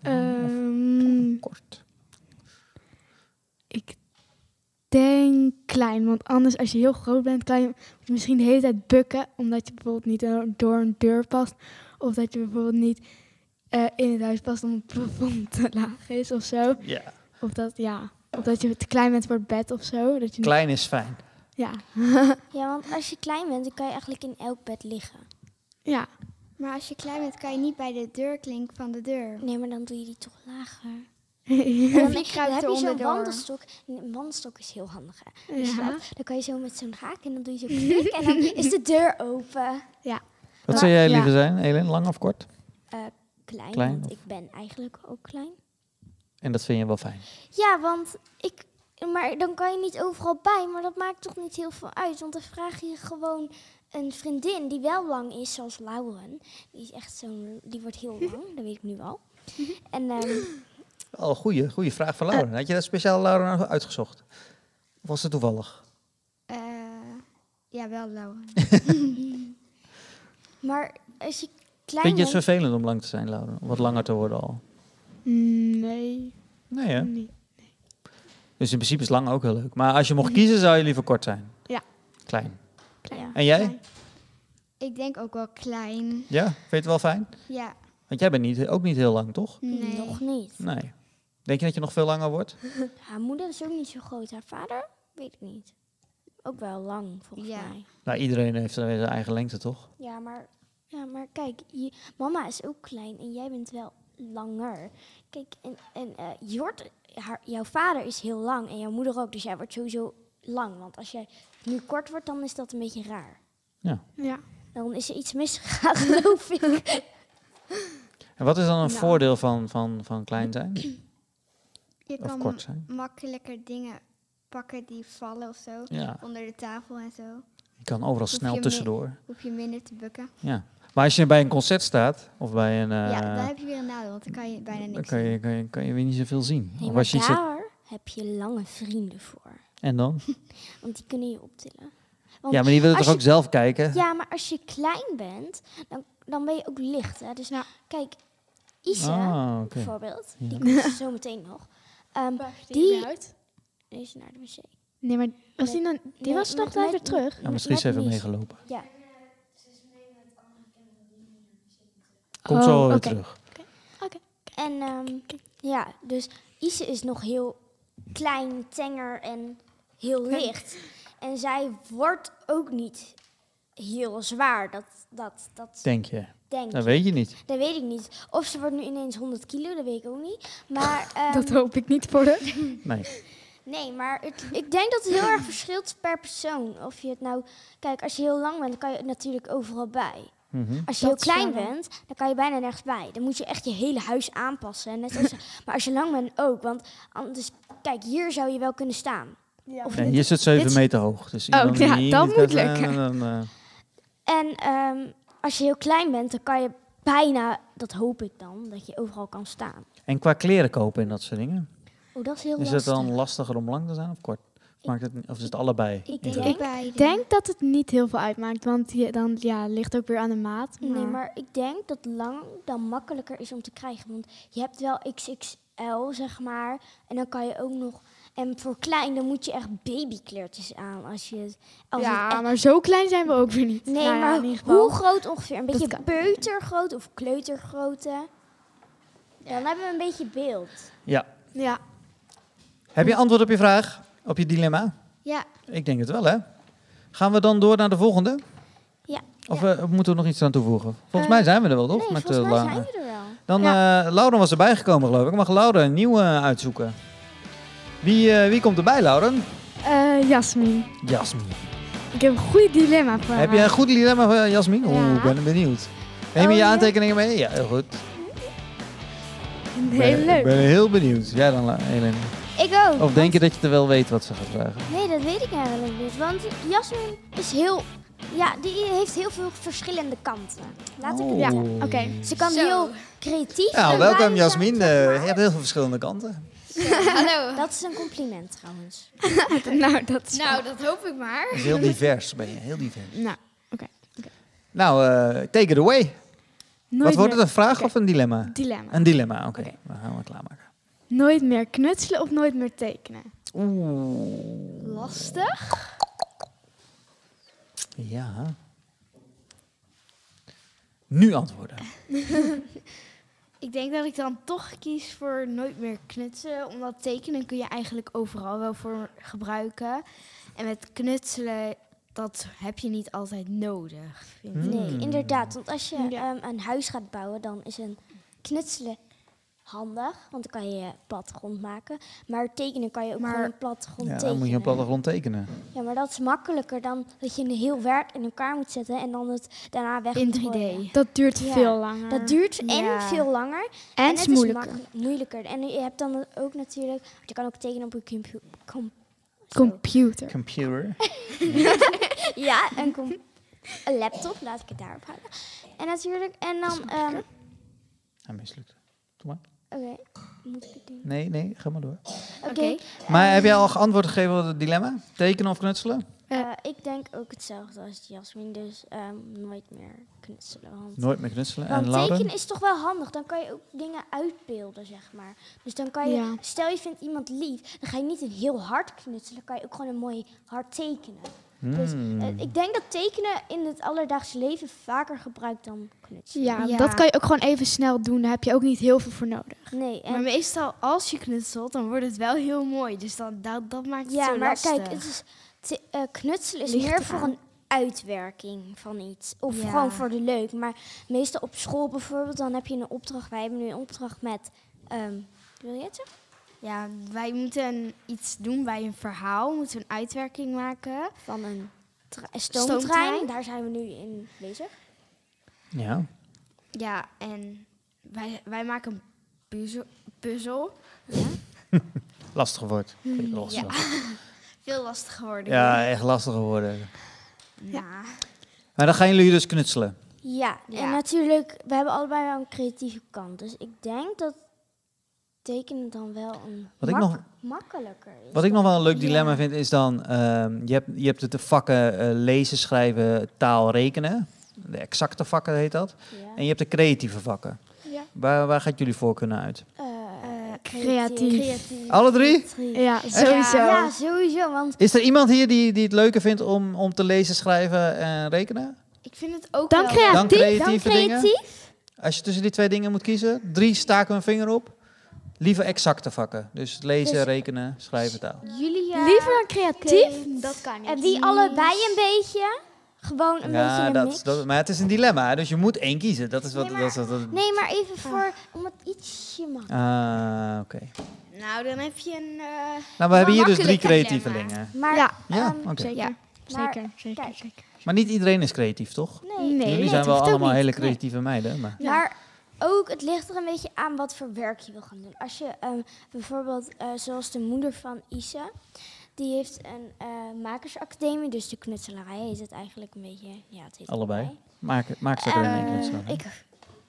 S1: Kort.
S4: Ehm, Ik denk klein, want anders als je heel groot bent, kan je misschien de hele tijd bukken. Omdat je bijvoorbeeld niet door- door een deur past. Of dat je bijvoorbeeld niet eh, in het huis past omdat het plafond te laag is of zo.
S1: Ja.
S4: Of dat, ja, of dat je te klein bent voor het bed of zo. Dat je niet-
S1: Klein is fijn.
S4: Ja.
S3: Ja, want als je klein bent, dan kan je eigenlijk in elk bed liggen.
S4: ja.
S8: Maar als je klein bent, kan je niet bij de deurklink van de deur.
S3: Nee, maar dan doe je die toch lager.
S8: Of
S3: En
S8: je
S3: dan,
S8: kruipt
S3: dan heb
S8: er
S3: je zo'n
S8: onderdoor.
S3: wandelstok. En Een wandelstok is heel handig. Hè? Weet je
S4: Ja.
S3: dat? Dan kan je zo met zo'n haak en dan doe je zo klik en dan is de deur open.
S4: Ja.
S1: Wat zou jij
S3: Ja.
S1: liever zijn, Elin? Lang of kort?
S3: Eh, klein,
S1: Klein,
S3: want
S1: of-
S3: ik ben eigenlijk ook klein.
S1: En dat vind je wel fijn.
S3: Ja, want ik. Maar dan kan je niet overal bij, maar dat maakt toch niet heel veel uit. Want dan vraag je gewoon een vriendin die wel lang is, zoals Lauren. Die is echt zo'n. Die wordt heel lang, dat weet ik nu al. En ehm,
S1: Al goede, goede Oh, vraag van Lauren. Had je dat speciaal Lauren uitgezocht? Of was het toevallig?
S8: Eh,
S5: ja, wel Lauwe.
S3: maar als je klein
S1: Vind je het
S3: bent-
S1: vervelend om lang te zijn, Lauren? Om wat langer te worden al?
S4: Nee.
S1: Nee, hè?
S4: Nee.
S1: Dus in principe is lang ook heel leuk. Maar als je mocht kiezen, zou je liever kort zijn?
S4: Ja.
S1: Klein.
S5: Klein.
S1: En jij?
S5: Ik denk ook wel klein.
S1: Ja? Vind je het wel fijn?
S5: Ja.
S1: Want jij bent niet, ook niet heel lang, toch?
S5: Nee.
S3: Nog niet.
S1: Nee. Denk je dat je nog veel langer wordt?
S3: Haar moeder is ook niet zo groot. Haar vader? Weet ik niet. Ook wel lang, volgens mij.
S1: Nou, iedereen heeft zijn eigen lengte, toch?
S3: Ja, maar, ja, maar kijk, je, mama is ook klein en jij bent wel langer. Kijk, en, en eh, je wordt, haar, jouw vader is heel lang en jouw moeder ook, dus jij wordt sowieso lang. Want als jij nu kort wordt, dan is dat een beetje raar.
S1: Ja.
S4: Ja.
S3: Dan is er iets misgegaan, geloof ik.
S1: En wat is dan een
S5: Nou.
S1: voordeel van, van, van klein zijn?
S5: Je
S1: Of
S5: kan
S1: kort zijn.
S5: makkelijker dingen pakken die vallen of zo.
S1: Ja.
S5: Onder de tafel en zo.
S1: Je kan overal
S5: Hoef je
S1: snel
S5: mi-
S1: tussendoor.
S5: Hoef je minder te bukken.
S1: Ja. Maar als je bij een concert staat, of bij een... eh,
S5: ja, dan heb je weer een nadeel, want dan kan je bijna
S1: dan
S5: niks
S1: kan je, kan, je, kan je weer niet zoveel zien.
S3: Nee,
S1: Of
S3: maar
S1: als je iets zit-
S3: daar heb je lange vrienden voor.
S1: En dan?
S3: Want die kunnen je optillen. Want
S1: Ja, maar die willen
S3: als
S1: toch ook
S3: je-
S1: zelf kijken?
S3: Ja, maar als je klein bent, dan, dan ben je ook licht. Hè? Dus kijk, Isa
S1: Ah, oké.
S3: bijvoorbeeld,
S1: Ja.
S3: die komt zo meteen nog. Ehm,
S4: die überhaupt?
S3: is naar de wc.
S4: Nee, maar was die, dan, die
S3: Nee,
S4: was
S3: met-
S4: nog tijd weer
S3: met-
S4: terug?
S1: Ja, misschien is ze
S3: met
S1: even
S3: Mies.
S1: meegelopen.
S3: Ja.
S1: Komt zo
S4: Oh,
S1: weer
S4: oké.
S1: terug.
S3: En ehm, ja, dus Ise is nog heel klein, tenger en heel licht. En zij wordt ook niet heel zwaar. Dat, dat, dat
S1: Denk je?
S3: denk
S1: Dat
S3: ik.
S1: weet je niet.
S3: Dat weet ik niet. Of ze wordt nu ineens 100 kilo, dat weet ik ook niet. Maar, ehm,
S4: Dat hoop ik niet voor de.
S1: Nee.
S3: Nee, maar het- ik denk dat het heel erg verschilt per persoon. Of je het nou... Kijk, als je heel lang bent, dan kan je natuurlijk overal bij.
S1: Mhm.
S3: Als je
S4: Dat
S3: heel
S4: is
S3: klein
S4: waar.
S3: bent, dan kan je bijna nergens bij. Dan moet je echt je hele huis aanpassen. Net als, maar als je lang bent ook, want anders... Kijk, hier zou je wel kunnen staan. Of
S1: Nee,
S3: niet.
S1: hier zit 7
S3: dit-
S1: meter hoog. Dus
S3: Oh,
S1: iemand
S3: ja,
S1: die
S3: dat
S1: niet
S3: moet
S1: kan staan,
S3: lukken.
S1: dan, eh,
S3: En ehm, als je heel klein bent, dan kan je bijna... Dat hoop ik dan, dat je overal kan staan.
S1: en qua kleren kopen en dat soort dingen.
S3: Oh, dat is heel
S1: Is het
S3: lastig.
S1: dan lastiger om lang te zijn of kort? Of, maakt het, niet- of is het allebei? invulling?
S4: Ik denk dat het niet heel veel uitmaakt, want je, dan ja, ligt ook weer aan de maat.
S3: Nee, maar ik denk dat lang dan makkelijker is om te krijgen. Want je hebt wel XXL, zeg maar. En dan kan je ook nog... En voor klein, dan moet je echt babykleurtjes aan. Als je, het- als het
S4: Ja,
S3: echt-
S4: ah, maar zo klein zijn we ook weer niet.
S3: Nee,
S4: Nou ja,
S3: maar
S4: in ieder geval.
S3: hoe groot ongeveer? Een
S4: Dat
S3: beetje
S4: kan.
S3: peutergroot of kleutergrootte? Dan hebben we een beetje beeld.
S1: Ja.
S4: Ja.
S1: Heb je antwoord op je vraag? Op je dilemma?
S5: Ja.
S1: Ik denk het wel, hè? Gaan we dan door naar de volgende?
S3: Ja. Eh,
S1: Of eh, moeten we nog iets aan toevoegen? Volgens mij zijn we er wel, toch?
S3: nee,
S1: Met,
S3: volgens
S1: eh,
S3: mij
S1: lange.
S3: zijn we er wel.
S1: Dan, eh Lauren was erbij gekomen, geloof ik. Mag Lauren een nieuwe uitzoeken? Wie, eh, wie komt erbij, Lauren?
S4: Eh, Jasmin,
S1: Jasmin.
S4: ik heb een goede dilemma voor
S1: Heb je een goed dilemma, eh, Jasmin? Oeh, ik ben benieuwd. Neem je
S3: Oh,
S1: je aantekeningen mee? Ja, heel goed. Ik ben-
S4: Heel leuk.
S1: Ik ben heel benieuwd. Jij dan, La- Helen?
S3: Ik ook.
S1: Of denk je dat je er wel weet wat ze gaat vragen?
S3: Nee, dat weet ik eigenlijk niet. Want Jasmin is heel... Ja, die heeft heel veel verschillende kanten. Laat ik
S1: Oh.
S3: het
S1: Ja,
S3: zeggen.
S1: oké.
S3: Ze kan
S2: Zo.
S3: heel creatief
S1: Nou,
S3: en
S1: welkom
S3: wijs-
S1: Jasmin. Eh, je hebt heel veel verschillende kanten.
S2: Hallo.
S3: Dat is een compliment trouwens.
S4: nou, dat
S2: Nou, dat hoop ik maar.
S1: Dus heel divers ben je, heel divers.
S4: Nou,
S1: Nou, eh, take it away.
S4: nooit
S1: wat wordt
S4: meer-
S1: het, een vraag
S4: Oké.
S1: of een dilemma?
S4: Dilemma.
S1: Een dilemma, oké. We gaan het klaarmaken.
S4: Nooit meer knutselen of nooit meer tekenen?
S1: Oeh.
S4: Lastig.
S1: Ja. Nu antwoorden.
S9: ik denk dat ik dan toch kies voor nooit meer knutsen. Omdat tekenen kun je eigenlijk overal wel voor gebruiken. En met knutselen, dat heb je niet altijd nodig. Vind ik.
S1: Hmm.
S3: Nee, inderdaad. Want als je ehm, een huis gaat bouwen, dan is een knutselen handig, want dan kan je plattegrond maken. Maar tekenen kan je ook
S1: Maar-
S3: gewoon een plattegrond
S1: Ja,
S3: tekenen.
S1: dan moet je een plattegrond tekenen.
S3: Ja, maar dat is makkelijker dan dat je een heel werk in elkaar moet zetten en dan het daarna weg
S4: In
S3: moet
S4: 3D.
S3: gooien.
S4: Dat duurt veel
S3: Dat
S4: langer.
S3: duurt en
S4: Ja.
S3: veel langer.
S4: En het
S3: het
S4: is moeilijker.
S3: makkelijk- moeilijker. En je hebt dan ook natuurlijk, want je kan ook tekenen op je compu- com-
S4: Computer.
S1: Computer.
S3: ja, een, com- een laptop, laat ik het daarop houden. En natuurlijk, en dan, ehm,
S1: Hij mislukt. Doe maar.
S3: oké, moet ik het doen?
S1: Nee, nee, ga maar door.
S3: Oké. Eh,
S1: Maar heb jij al antwoord gegeven op het dilemma? Tekenen of knutselen?
S3: Eh, ik denk ook hetzelfde als Jasmin, dus ehm, nooit meer knutselen. Want,
S1: Nooit meer knutselen.
S3: want
S1: en Laura?
S3: tekenen is toch wel handig, dan kan je ook dingen uitbeelden, zeg maar. Dus dan kan je,
S4: Ja.
S3: stel je vindt iemand lief, dan ga je niet een heel hard knutselen, dan kan je ook gewoon een mooi hart tekenen. Dus
S1: Hmm.
S3: eh, ik denk dat tekenen in het alledaagse leven vaker gebruikt dan knutselen.
S4: Ja, dat kan je ook gewoon even snel doen. Daar heb je ook niet heel veel voor nodig.
S3: Nee, en-
S9: Maar meestal als je knutselt, dan wordt het wel heel mooi. Dus dan, dat, dat maakt het
S3: Ja,
S9: zo
S3: maar
S9: lastig.
S3: kijk, het is, te- eh, knutselen is
S9: Ligt
S3: meer
S9: eraan.
S3: voor een uitwerking van iets. Of
S9: Ja.
S3: gewoon voor de leuk. Maar meestal op school bijvoorbeeld, dan heb je een opdracht. Wij hebben nu een opdracht met... ehm, wil je het zeggen?
S9: Ja, wij moeten iets doen bij een verhaal. We moeten een uitwerking maken.
S3: Van een stoomtrein.
S9: stoomtrein.
S3: Daar zijn we nu in bezig.
S1: Ja.
S9: Ja, en wij, wij maken een puzzel. puzzel. Hmm,
S1: Lastig woord. Lastig.
S9: Ja. Veel lastiger worden.
S1: Ja, echt lastig geworden.
S9: Ja.
S1: Maar dan gaan jullie dus knutselen.
S3: Ja, en natuurlijk, we hebben allebei wel een creatieve kant. Dus ik denk dat tekenen dan wel een
S1: Wat ik
S3: mak-
S1: nog-
S3: makkelijker is.
S1: Wat ik nog wel een leuk
S3: Ja.
S1: dilemma vind is dan, ehm, je, hebt, je hebt het de vakken eh, lezen, schrijven, taal, rekenen. De exacte vakken heet dat.
S3: Ja.
S1: En je hebt de creatieve vakken.
S3: Ja.
S1: Waar, waar gaat jullie voor kunnen uit?
S3: Eh,
S4: creatief.
S1: Alle drie?
S4: Ja, sowieso.
S3: Ja, ja, sowieso. Want
S1: Is er iemand hier die, die het leuker vindt om, om te lezen, schrijven en rekenen?
S9: Ik vind het ook
S4: Dan
S9: wel...
S4: creatief.
S1: Dan creatieve dingen?
S3: creatief?
S1: Als je tussen die twee dingen moet kiezen, drie staken we een vinger op. Liever exacte vakken. Dus lezen,
S3: Dus-
S1: rekenen, schrijven, taal.
S3: jullie... eh,
S4: Liever dan creatief?
S9: Dat kan
S5: eh,
S9: niet.
S3: En die allebei een beetje? Gewoon een beetje een
S1: dat,
S3: mix?
S1: dat- maar het is een dilemma, hè, dus je moet één kiezen. Dat is wat.
S3: Nee,
S1: dat is wat- dat-
S3: Nee, maar even voor... Om het ietsje makkelijker.
S1: Ah, oké.
S9: Nou, dan heb je een... eh,
S1: Nou, we hebben hier dus drie
S9: makkelijker
S1: creatievelingen.
S3: Maar,
S4: Ja.
S1: Ja,
S3: ehm,
S1: oké.
S4: Zeker.
S9: Ja.
S3: maar-
S4: Zeker, zeker,
S3: kijk.
S4: zeker.
S1: Maar niet iedereen is creatief, toch?
S3: Nee.
S1: jullie
S4: nee,
S1: zijn
S4: dat
S1: wel
S4: hoeft ook
S1: allemaal
S4: niet.
S1: hele creatieve meiden. Maar
S4: Ja.
S3: Maar ook, het ligt er een beetje aan wat voor werk je wil gaan doen. Als je ehm, bijvoorbeeld, eh, zoals de moeder van Isa, die heeft een eh, makersacademie, dus de knutselarij heet het eigenlijk een beetje. Ja, het heet
S1: allebei. Maak, maak ze er
S3: Ehm,
S1: een enkele
S3: ik,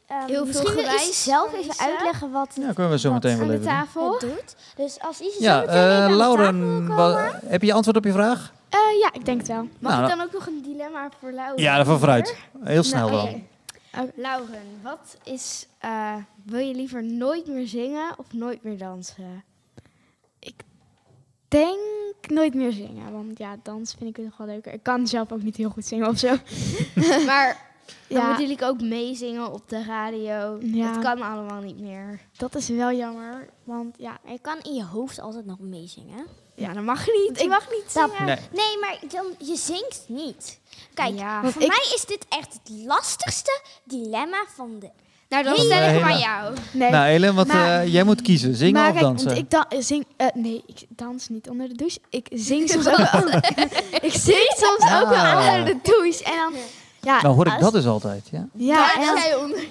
S3: ehm,
S9: veel
S3: misschien wil Isa
S9: gewijs
S3: zelf
S9: van
S3: even
S9: Isa.
S3: uitleggen wat het
S1: Ja, kunnen we zo
S3: wat
S1: meteen wel
S3: aan
S1: even
S3: de
S1: doen.
S3: tafel het doet. Dus als Isa zo
S1: Ja,
S3: meteen even aan
S1: eh
S3: de
S1: Lauren,
S3: tafel wil
S1: wa-
S3: komen-
S1: heb je antwoord op je vraag?
S4: Eh, ja, ik denk het wel.
S9: Mag
S1: Nou,
S9: ik dan ook nog een dilemma voor Lauren?
S1: Ja, daarvan vooruit. Heel snel
S9: Nou,
S1: dan.
S9: oké. Lauren, wat is... eh, wil je liever nooit meer zingen of nooit meer dansen?
S4: Denk nooit meer zingen, want ja, dans vind ik nog wel leuker. Ik kan zelf ook niet heel goed zingen of zo.
S9: maar dan
S4: Ja.
S9: moet jullie ook meezingen op de radio.
S4: Ja.
S9: Dat kan allemaal niet meer.
S4: Dat is wel jammer, want ja,
S3: Maar je kan in je hoofd altijd nog meezingen.
S9: Ja, dat mag niet. Ik mag niet
S3: Dat-
S9: zingen.
S1: Nee.
S3: Nee, maar dan, je zingt niet. Kijk,
S9: Ja.
S3: voor mij is dit echt het lastigste dilemma van de...
S9: Nou, dan
S1: Van
S9: stel
S1: de
S9: ik hem
S1: hele-
S9: aan jou.
S4: nee.
S1: Nou, Ellen, wat,
S4: Maar-
S1: eh, jij moet kiezen. Zingen
S4: maar
S1: of
S4: kijk,
S1: dansen?
S4: Want ik dan, eh, zing, eh, nee, ik dans niet onder de douche. Ik zing soms ook wel. ik zing soms ook wel
S1: Ah.
S4: onder de douche. En dan, ja,
S1: nou hoor ik
S4: als-
S1: dat dus altijd, ja?
S4: Ja, en, dan-
S9: jij onder.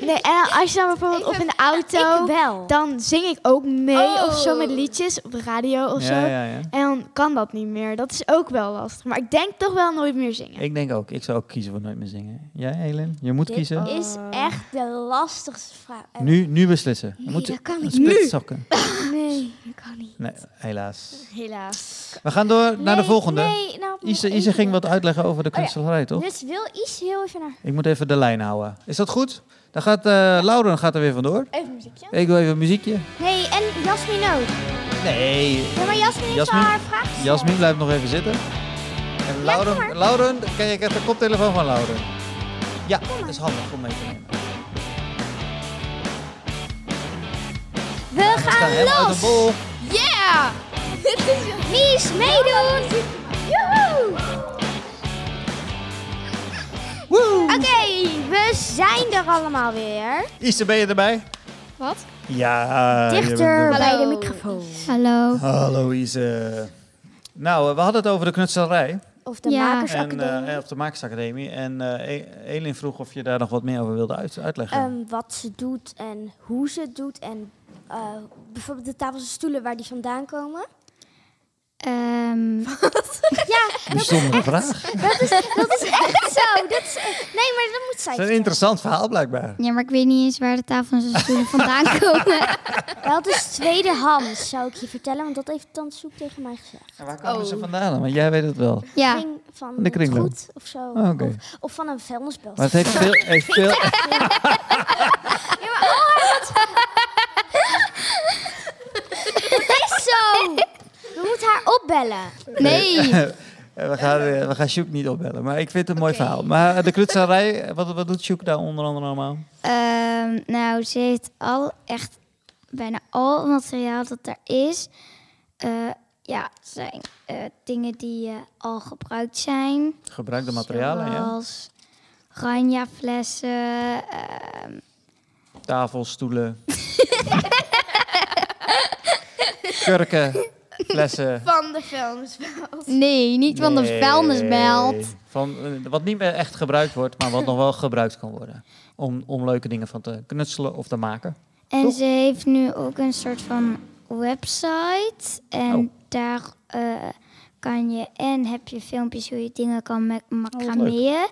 S4: nee, en dan als je dan bijvoorbeeld op in de auto,
S3: Ik wel.
S4: dan zing ik ook mee of zo
S9: Oh.
S4: met liedjes op de radio of zo.
S1: Ja, ja, ja.
S4: En dan kan dat niet meer. Dat is ook wel lastig. Maar ik denk toch wel nooit meer zingen.
S1: Ik denk ook, ik zou ook kiezen voor nooit meer zingen. Jij, Ellen? Je moet
S3: Dit
S1: kiezen.
S3: is echt de lastigste vraag. Eh,
S1: Nu, nu beslissen.
S3: Nee,
S1: moet
S3: dat kan niet.
S1: split zakken.
S3: Nee, dat kan niet.
S1: Nee, helaas.
S9: Helaas.
S1: We gaan door naar de
S3: Nee,
S1: volgende.
S3: Nee, nou, nog
S1: Ise, Ise
S3: eentje
S1: ging
S3: doen.
S1: wat uitleggen over de
S3: ja.
S1: kunstelarij, toch?
S3: Dus wil Ise heel even naar...
S1: Ik moet even de lijn houden. Is dat goed? Dan gaat eh Lauren gaat er weer vandoor.
S3: Even muziekje.
S1: Ik doe even een muziekje.
S3: Nee, en Jasmin ook.
S1: Nee,
S3: Ja, maar Jasmin heeft
S1: Jasmin?
S3: al haar vraag gesteld.
S1: Jasmin blijft nog even zitten. En Lauren, Lauren, kijk, ik heb de koptelefoon van Lauren. Ja, dat is handig om mee te nemen.
S3: We
S1: We staan
S3: gaan
S1: helemaal uit de
S3: los.
S1: bol.
S3: Yeah! Wie is meedoen? Joehoe! Oké, we zijn er allemaal weer.
S1: Ise, ben je erbij?
S2: Wat?
S1: Ja. je bent
S5: Dichter
S1: er.
S5: bij de
S2: Hallo.
S5: microfoon. Hallo.
S1: Hallo Ise. Nou, eh, we hadden het over de knutselarij.
S3: Of de
S5: Ja.
S1: En,
S3: makersacademie.
S1: eh, of de Makersacademie. En eh, E- Elin vroeg of je daar nog wat meer over wilde uit- uitleggen.
S3: Ehm, wat ze doet en hoe ze het doet. En eh, bijvoorbeeld de tafels en stoelen waar die vandaan komen.
S1: Bijzondere vraag.
S3: Dat is, dat is echt zo. Dat is, nee, maar dat moet
S1: Het
S3: zij
S1: is een interessant verhaal blijkbaar.
S5: Ja, maar ik weet niet eens waar de tafel en zijn stoelen vandaan komen.
S3: Wel, het is tweedehands, zou ik je vertellen. Want dat heeft Tante Soep tegen mij gezegd.
S1: En waar komen ze vandaan? dan? Want jij weet het wel.
S5: Ja.
S3: Kring van
S1: De
S3: de
S1: kringloop.
S3: goed of zo.
S1: Ah, oké.
S3: of, of van een vuilnisbelt.
S1: Maar het heeft veel... Heeft veel
S3: Ja, maar oh, hij had- Het is zo. We moeten haar opbellen.
S1: Eh, we, gaan, eh, we gaan Sjoek niet opbellen. Maar ik vind het een mooi verhaal. Maar eh, de knutselarij, eh, wat, wat doet Sjoek daar onder andere allemaal?
S5: Ehm, nou, ze heeft al echt bijna al het materiaal dat er is. Eh, ja, het zijn eh, dingen die eh, al gebruikt zijn.
S1: Gebruik de materialen, ja.
S5: Zoals ranjaflessen. ehm,
S1: Tafels, stoelen. Kurken, flessen.
S4: Van de vuilnisbelt.
S5: nee, niet van de
S1: Nee.
S5: vuilnisbelt.
S1: Van, eh, wat niet meer echt gebruikt wordt, maar wat nog wel gebruikt kan worden. Om, om leuke dingen van te knutselen of te maken.
S5: En ze heeft nu ook een soort van website. En
S1: Oh.
S5: daar eh, kan je en heb je filmpjes hoe je dingen kan ma- macrameën.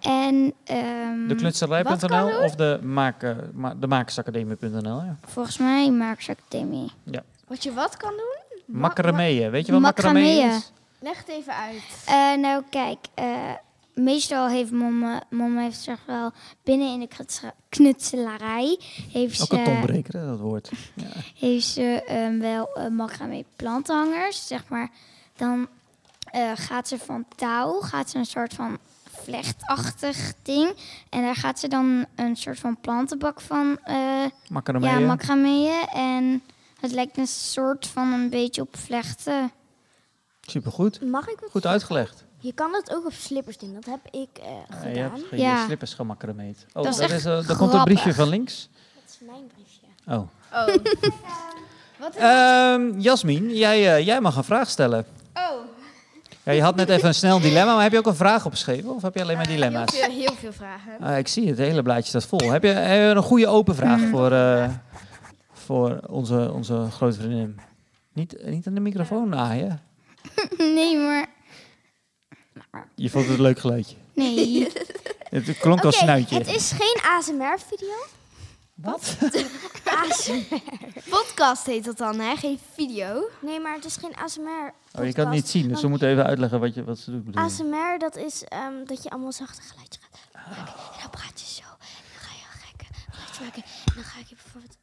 S5: en ehm,
S1: Oh,
S4: Mm.
S1: De knutselarij.nl of de, maken, ma- de makersacademie.nl. Ja.
S5: volgens mij Makersacademie.
S4: Wat je wat kan doen?
S1: Macrameeën, weet je wat macramee
S5: Macrameeën.
S1: is?
S4: Leg het even uit.
S5: Eh, nou, kijk. eh, meestal heeft mom, eh, mom heeft zich wel binnen in de knutsela- knutselarij. Heeft
S1: Ook
S5: ze,
S1: een tongbreker, hè, dat woord.
S5: heeft ze ehm, wel eh macramee planthangers, zeg maar. Dan eh, gaat ze van touw, gaat ze een soort van vlechtachtig ding. En daar gaat ze dan een soort van plantenbak van eh, ja,
S1: Macrameeën.
S5: macrameeën. En het lijkt een soort van een beetje op vlechten.
S1: Supergoed.
S3: Mag ik wat?
S1: Goed uitgelegd.
S3: Je kan dat ook op slippers doen. Dat heb ik eh,
S1: Ja,
S3: gedaan.
S1: Ah, je hebt ge- je
S5: Ja.
S1: slippers gemacrameed. Oh,
S5: Dat is
S1: daar,
S5: echt
S1: is, eh, daar komt een briefje
S5: grappig.
S1: van links.
S3: Dat is mijn briefje.
S1: Oh.
S4: Oh. wat is
S1: Ehm, Jasmin, jij, eh, jij mag een vraag stellen.
S4: Oh,
S1: Ja, je had net even een snel dilemma, maar heb je ook een vraag opgeschreven? Of heb je alleen maar
S4: heel
S1: dilemma's?
S4: veel, heel veel vragen.
S1: Ah, ik zie het, het hele blaadje staat vol. Heb je, heb je een goede open vraag
S3: Mm.
S1: voor, eh, voor onze, onze grote vriendin? Niet, niet aan de microfoon naaien.
S5: nee, maar...
S1: Je vond het een leuk geluidje.
S5: Nee.
S1: Het klonk als
S3: Oké,
S1: snuitje.
S3: het is geen ASMR-video.
S1: Wat?
S3: ASMR.
S4: Podcast heet dat dan, hè? Geen video.
S3: Nee, maar het is geen ASMR.
S1: Oh, je kan het niet zien, dus we moeten even uitleggen wat, je, wat ze doet. bedoel je.
S3: ASMR, dat is ehm, dat je allemaal zachte geluidjes gaat maken.
S1: Oh.
S3: En dan praat je zo. En dan ga je een gekke geluidjes maken. En dan ga ik je bijvoorbeeld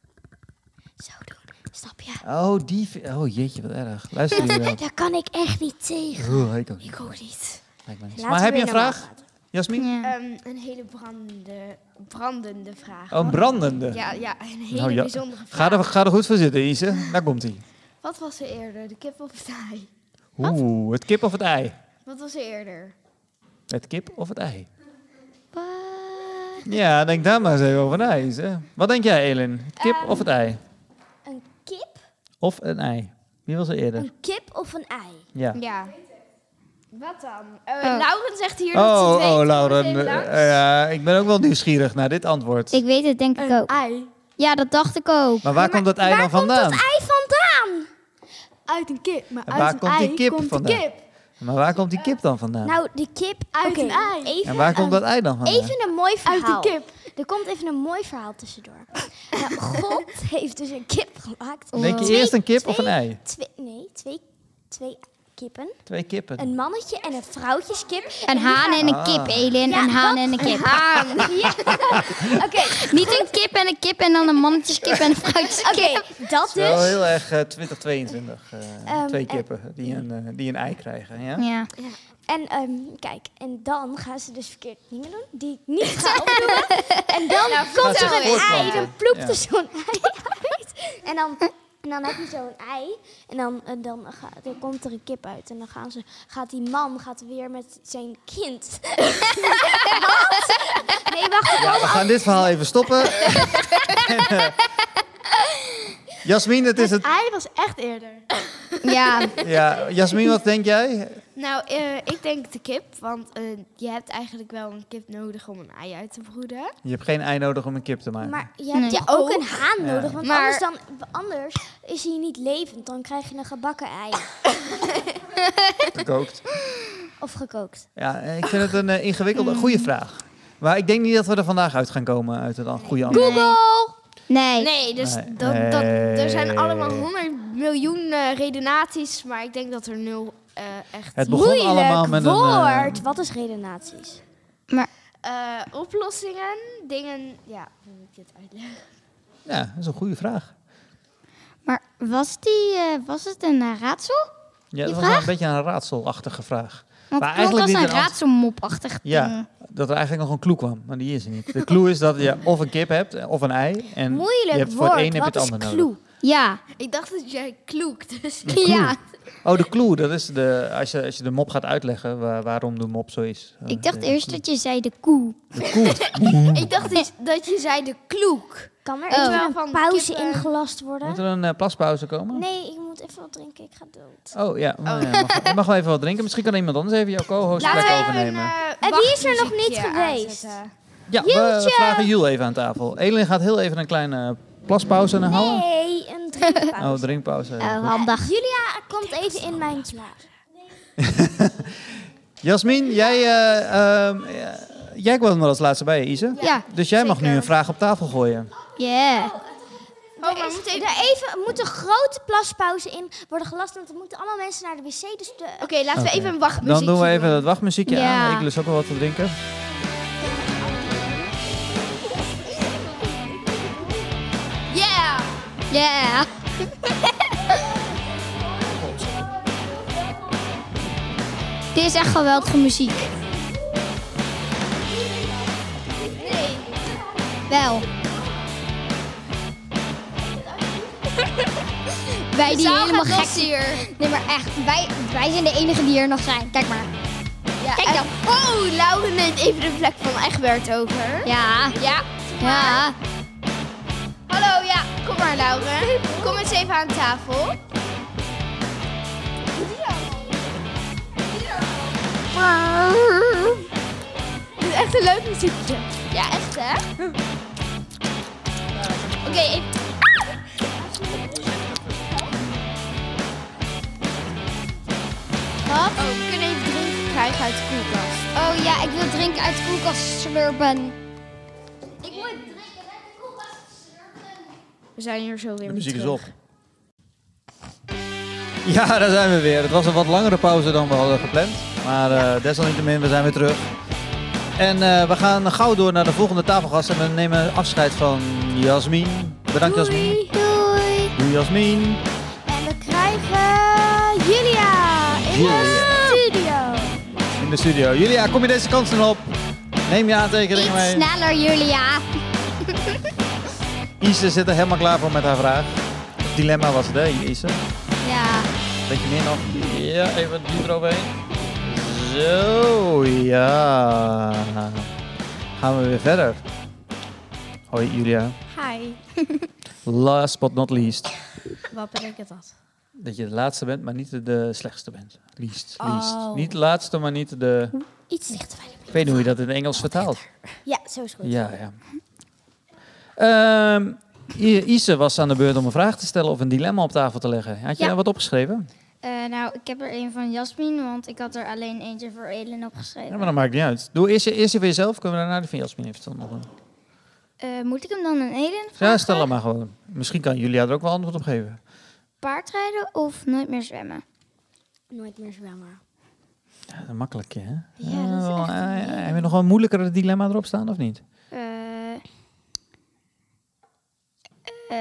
S3: zo doen. Snap je?
S1: Oh, die... vi- Oh, jeetje, wat erg. Luister hier wel.
S3: Daar kan ik echt niet tegen.
S1: Oeh, ik ook niet.
S3: Ik ook niet.
S1: Lijkt me niks.
S3: Laten
S1: Maar heb
S3: we
S1: je een
S3: weer normaal
S1: vraag, Jasmin?
S5: Ja.
S7: Eh,
S4: Ehm, een hele brandende, brandende vraag.
S1: Oh, een brandende. Nou
S4: Ja, ja een hele
S1: ja.
S4: bijzondere vraag.
S1: Ga er, ga er goed voor zitten, Ise. Daar komt hij.
S4: Wat was er eerder, de kip of het ei?
S1: Oeh, het kip of het ei?
S4: Wat was er eerder?
S1: Het kip of het ei? Ja, denk daar maar eens even over na, Ise. Wat denk jij, Elin? Het kip of
S4: Ehm,
S1: het ei?
S3: Een kip,
S1: Of een ei? Wie was er eerder?
S3: een kip of een ei?
S1: Ja.
S4: Ja. Wat dan? Eh, Lauren zegt hier dat ze
S1: Oh,
S4: het weet.
S1: oh,
S4: Lauren.
S1: Lauren. eh, ja, ik ben ook wel nieuwsgierig naar dit antwoord.
S5: Ik weet het
S9: Eh.
S5: denk ik ook.
S4: Ei.
S5: Ja, dat dacht ik ook.
S1: Maar waar komt dat ei dan vandaan?
S3: Ei vandaan!
S4: Uit een kip, maar
S1: En
S4: uit
S1: waar
S4: een
S1: komt
S4: ei
S1: die kip
S4: komt de
S1: vandaan?
S4: kip.
S1: Maar waar komt die kip dan vandaan?
S3: Nou, de kip uit
S4: Oké.
S3: een ei. Even
S1: en waar komt
S3: een-
S1: dat ei dan vandaan?
S3: Even een mooi
S4: Uit
S3: verhaal.
S4: een kip.
S3: Er komt even een mooi verhaal tussendoor. Nou, God heeft dus een kip gemaakt.
S1: Denk je
S3: Twee-
S1: eerst een kip of een
S3: twee-
S1: ei?
S3: Twee, nee, twee, twee kippen.
S1: Twee kippen.
S3: Een mannetje en een vrouwtjeskip.
S5: Een haan en
S1: Ah.
S5: een kip, Elin.
S3: Ja,
S5: een haan
S3: dat-
S5: en een kip.
S3: Ja, oké.
S5: Niet een kip en een kip en dan een mannetjeskip en een
S3: Oké,
S5: vrouwtjeskip.
S3: dat
S1: Het is wel
S3: dus.
S1: heel erg eh, 2022. eh,
S3: Ehm,
S1: twee
S3: en-
S1: kippen die, een, eh, die een ei krijgen. Ja?
S9: Nou,
S5: Ja.
S3: En ehm, kijk, en dan gaan ze dus verkeerd dingen doen, die ik niet ga opdoemen. En dan
S5: Nou,
S3: komt
S1: vertel
S3: er een
S1: eens.
S3: ei, dan ploept
S1: Ja.
S3: er zo'n ei uit. En dan, en dan heb je zo'n ei, en dan, en dan, ga- dan komt er een kip uit. En dan gaan ze, gaat die man gaat weer met zijn kind. Wat? Nee, wacht, Oh,
S1: Ja, we gaan dit verhaal even stoppen. En, eh, Jasmin, het is het.
S4: Hij was echt eerder.
S9: Ja.
S1: Ja, Jasmin, wat denk jij?
S9: Nou, eh, ik denk de kip, want eh, je hebt eigenlijk wel een kip nodig om een ei uit te broeden.
S1: Je hebt geen ei nodig om een kip te maken.
S3: Maar je hebt
S9: Nee.
S3: ja, ook een
S9: Ook.
S3: haan
S1: Ja.
S3: nodig, want
S9: Maar-
S3: anders, dan, anders is hij niet levend. Dan krijg je een gebakken ei.
S1: Gekookt.
S3: Of gekookt.
S1: Ja, eh, ik vind het een eh, ingewikkelde,
S3: Mm.
S1: goede vraag. Maar ik denk niet dat we er vandaag uit gaan komen uit het an- goede antwoord.
S9: Google!
S5: Nee.
S9: Nee, dus
S1: Nee.
S9: Dat, dat, er zijn
S1: Nee.
S9: allemaal 100 miljoen eh, redenaties, maar ik denk dat er nul eh, echt
S1: Het begon allemaal met een. eh,
S3: Woord, wat is redenaties?
S9: eh, oplossingen, dingen. Ja, hoe moet ik dit uitleggen?
S1: ja, dat is een goede vraag.
S5: Maar was, die, eh, was het een eh, raadsel?
S1: Ja,
S5: Die
S1: dat was
S5: vraag?
S1: wel een beetje een raadselachtige vraag.
S5: Want
S1: Maar
S5: het klonk
S1: eigenlijk
S5: als
S1: niet
S5: een
S1: een ans-
S5: raadselmopachtig
S1: Ja, dat er eigenlijk nog een clue kwam, maar die is er niet. De clue is dat je of een kip hebt eh, of een ei. En
S3: Moeilijk
S1: je hebt voor
S3: woord,
S1: het een heb je
S3: wat
S1: het
S3: is
S1: ander
S3: clue?
S1: nodig.
S5: Ja.
S9: Ik dacht dat jij kloekt, dus
S1: Een clue.
S5: Ja.
S1: Oh, de clue, dat is de, als, je, als je de mop gaat uitleggen wa- waarom de mop zo is. Eh,
S5: Ik dacht
S1: de
S5: eerst
S1: clue.
S5: dat je zei de koe.
S1: De clue.
S9: ik dacht dat je- dat je zei de kloek.
S3: Kan er
S5: Oh.
S3: even
S9: Terwijl
S3: een
S9: van
S3: pauze
S9: kippen-
S3: ingelast worden?
S1: Moet er een eh, plaspauze komen?
S3: Nee, ik moet even wat drinken. Ik ga dood.
S1: Oh ja, maar, ja, mag, je mag wel even wat drinken. Misschien kan iemand anders even jouw co-host plek overnemen.
S5: eh,
S9: Eh,
S3: En wie is er nog niet geweest?
S1: ja, we vragen Jul even aan tafel. Elin gaat heel even een kleine plaspauze en halen.
S3: Nee, een drinkpauze.
S1: Oh, drinkpauze.
S5: Oh, handig.
S3: Julia komt even in mijn plaats.
S1: Jasmin, jij, eh, ehm, eh, jij kwam er als laatste bij, Ise.
S5: Ja.
S1: Dus jij mag nu een vraag op tafel gooien.
S5: Yeah.
S3: Oh, maar moet even... Er even moet een grote plaspauze in worden gelast, want er moeten allemaal mensen naar de wc. Dus de...
S9: Oké,
S5: Oh,
S9: laten
S1: Oké.
S9: we even een wachtmuziekje
S1: Dan doen we even dat wachtmuziekje
S5: Ja.
S1: aan. Ik lust ook wel wat te drinken.
S9: Yeah!
S5: Yeah. Dit is echt geweldige muziek. Wel. Wij die helemaal gek hier. Nee, maar echt. Wij, wij zijn de enigen die er nog zijn. Kijk maar.
S9: Ja,
S5: Kijk
S9: en-
S5: dan.
S9: Oh, Laura neemt even de plek van Egbert over.
S5: Ja.
S9: Ja.
S5: Ja.
S9: Hallo, ja. Kom maar, Laura. Kom eens even aan tafel. Dit is echt een leuk muziekje. Ja, echt hè? Oké, even... Wat? Oh, we kunnen even drinken krijgen uit de koelkast.
S5: Oh ja, ik wil drinken uit de koelkast slurpen.
S9: We zijn hier zo weer
S1: De muziek is op. Ja, daar zijn we weer. Het was een wat langere pauze dan we hadden gepland. Maar eh, desalniettemin, we zijn weer terug. En eh, we gaan gauw door naar de volgende tafelgast. En we nemen afscheid van Jasmin. Bedankt Jasmin.
S3: Doei.
S1: Doei Jasmin.
S3: En we krijgen Julia in
S1: Julia.
S3: de studio.
S1: In de studio. Julia, kom je deze kansen op? Neem je aantekeningen
S5: Iets
S1: mee.
S5: sneller, Julia.
S1: Ise zit er helemaal klaar voor met haar vraag. Het dilemma was het, hè, Ise?
S5: Ja.
S1: Beetje meer nog. Ja, even het duur eroverheen. Zo, ja. Gaan we weer verder. Hoi, Julia.
S10: Hi.
S1: Last but not least.
S7: Wat betekent dat?
S1: Dat je de laatste bent, maar niet de, de slechtste bent. Least, least.
S7: Oh.
S1: Niet de laatste, maar niet de...
S3: Iets dichter bij de
S1: Ik weet niet hoe je dat in Engels vertaalt.
S3: Ja, zo is goed.
S1: Ja, ja. Ehm, I- Ise was aan de beurt om een vraag te stellen of een dilemma op tafel te leggen. Had je
S5: Ja.
S1: daar wat opgeschreven?
S5: Eh, nou, ik heb er een van Jasmin, want ik had er alleen eentje voor Elin
S1: Ja,
S5: opgeschreven.
S1: maar dat maakt niet uit. Doe eerst, je- eerst die voor jezelf, kunnen we daarna die van Jasmin even nog doen.
S5: Eh, moet ik hem dan aan Elin vragen?
S1: Ja, stel hem maar gewoon. Misschien kan Julia er ook wel antwoord op geven.
S5: Paardrijden of nooit meer zwemmen?
S3: Nooit meer zwemmen.
S1: Ja, dat makkelijkje, hè?
S5: Ja, dat is
S1: Eh, wel,
S5: echt een
S1: eh,
S5: hele-
S1: Heb je nog wel een moeilijkere dilemma erop staan, of niet?
S5: Eh, eh,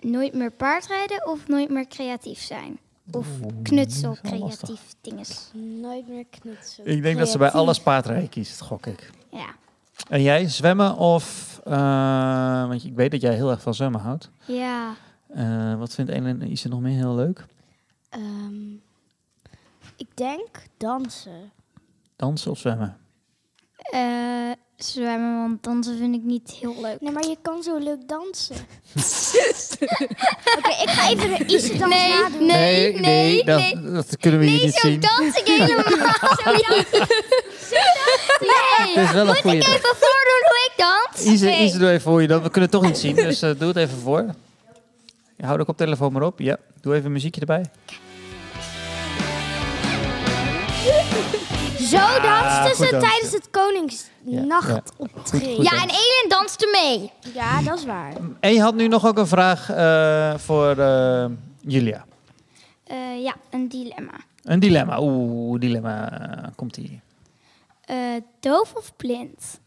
S5: nooit meer paardrijden of nooit meer creatief zijn? Of knutsel,
S1: Mm, wel lastig.
S5: creatief dinges.
S3: Nooit meer knutselen.
S1: Ik denk dat ze bij alles paardrijden kiest, gok ik.
S5: Ja.
S1: En jij, zwemmen of... eh, want ik weet dat jij heel erg van zwemmen houdt.
S5: Ja.
S1: Eh, wat vindt Ellen en Ise nog meer heel leuk?
S3: Ehm, ik denk dansen.
S1: Dansen of zwemmen?
S5: Eh, zwemmen, want dansen vind ik niet heel leuk.
S3: Nee, maar je kan zo leuk dansen. Oké, ik ga even de Ise dans
S5: Nee,
S3: nadoen.
S5: nee,
S1: nee, dat, dat kunnen we hier niet zien.
S5: dans ik helemaal niet. Nee,
S1: Het is wel een
S5: moet
S1: goeie
S5: ik
S1: dans.
S5: even voordoen hoe ik dans?
S1: Ise,
S5: Nee.
S1: Ise, doe even voor je dan. We kunnen het toch niet zien, dus eh, doe het even voor. Ja, Hou de koptelefoon maar op. Ja, doe even een muziekje erbij.
S3: Zo
S1: Ja,
S3: dansten
S1: Ah, goed
S3: ze
S1: dansen.
S3: tijdens het Koningsnachtoptreden.
S1: Goed, goed
S5: Ja, en Elin danste mee.
S3: Ja, dat is waar.
S1: En je had nu nog ook een vraag eh, voor eh, Julia.
S5: Eh, ja, een dilemma.
S1: Een dilemma. Oeh, dilemma eh, komt hier.
S5: Eh, doof of blind?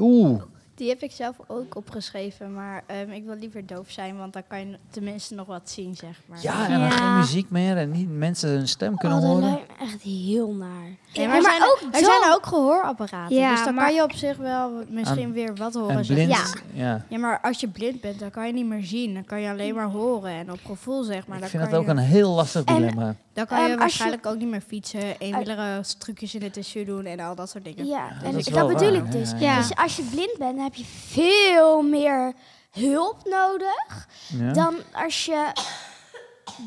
S1: Oeh.
S7: Die heb ik zelf ook opgeschreven, maar ehm, ik wil liever doof zijn, want dan kan je tenminste nog wat zien, zeg maar.
S1: Ja, en dan geen muziek meer en niet mensen hun stem kunnen
S3: Oh, dat
S1: horen.
S3: lijkt me echt heel naar.
S7: Nee, maar
S3: Ja,
S7: er zijn,
S3: ook
S7: er zijn ook gehoorapparaten,
S5: Ja,
S7: dus dan
S5: maar-
S7: kan je op zich wel misschien
S1: En-
S7: weer wat
S1: en
S7: horen. zeg
S1: blind,
S7: maar.
S1: ja. Ja.
S7: oh, ja, maar als je blind bent, dan kan je niet meer zien. Dan kan je alleen maar horen en op gevoel, zeg maar.
S1: Ik
S7: dan
S1: vind
S7: kan
S1: dat ook
S7: je,
S1: een heel lastig dilemma.
S7: Dan
S3: Ehm,
S7: kan je
S3: als je-
S7: waarschijnlijk ook niet meer fietsen, eenwielige trucjes in het tissue doen en al dat soort dingen.
S3: Ja, en
S1: dat is
S3: dat,
S1: wel
S3: bedoel
S1: waar,
S3: ik dus.
S1: ja, ja.
S3: Dus als je blind bent, dan heb je veel meer hulp nodig
S1: Ja.
S3: dan als je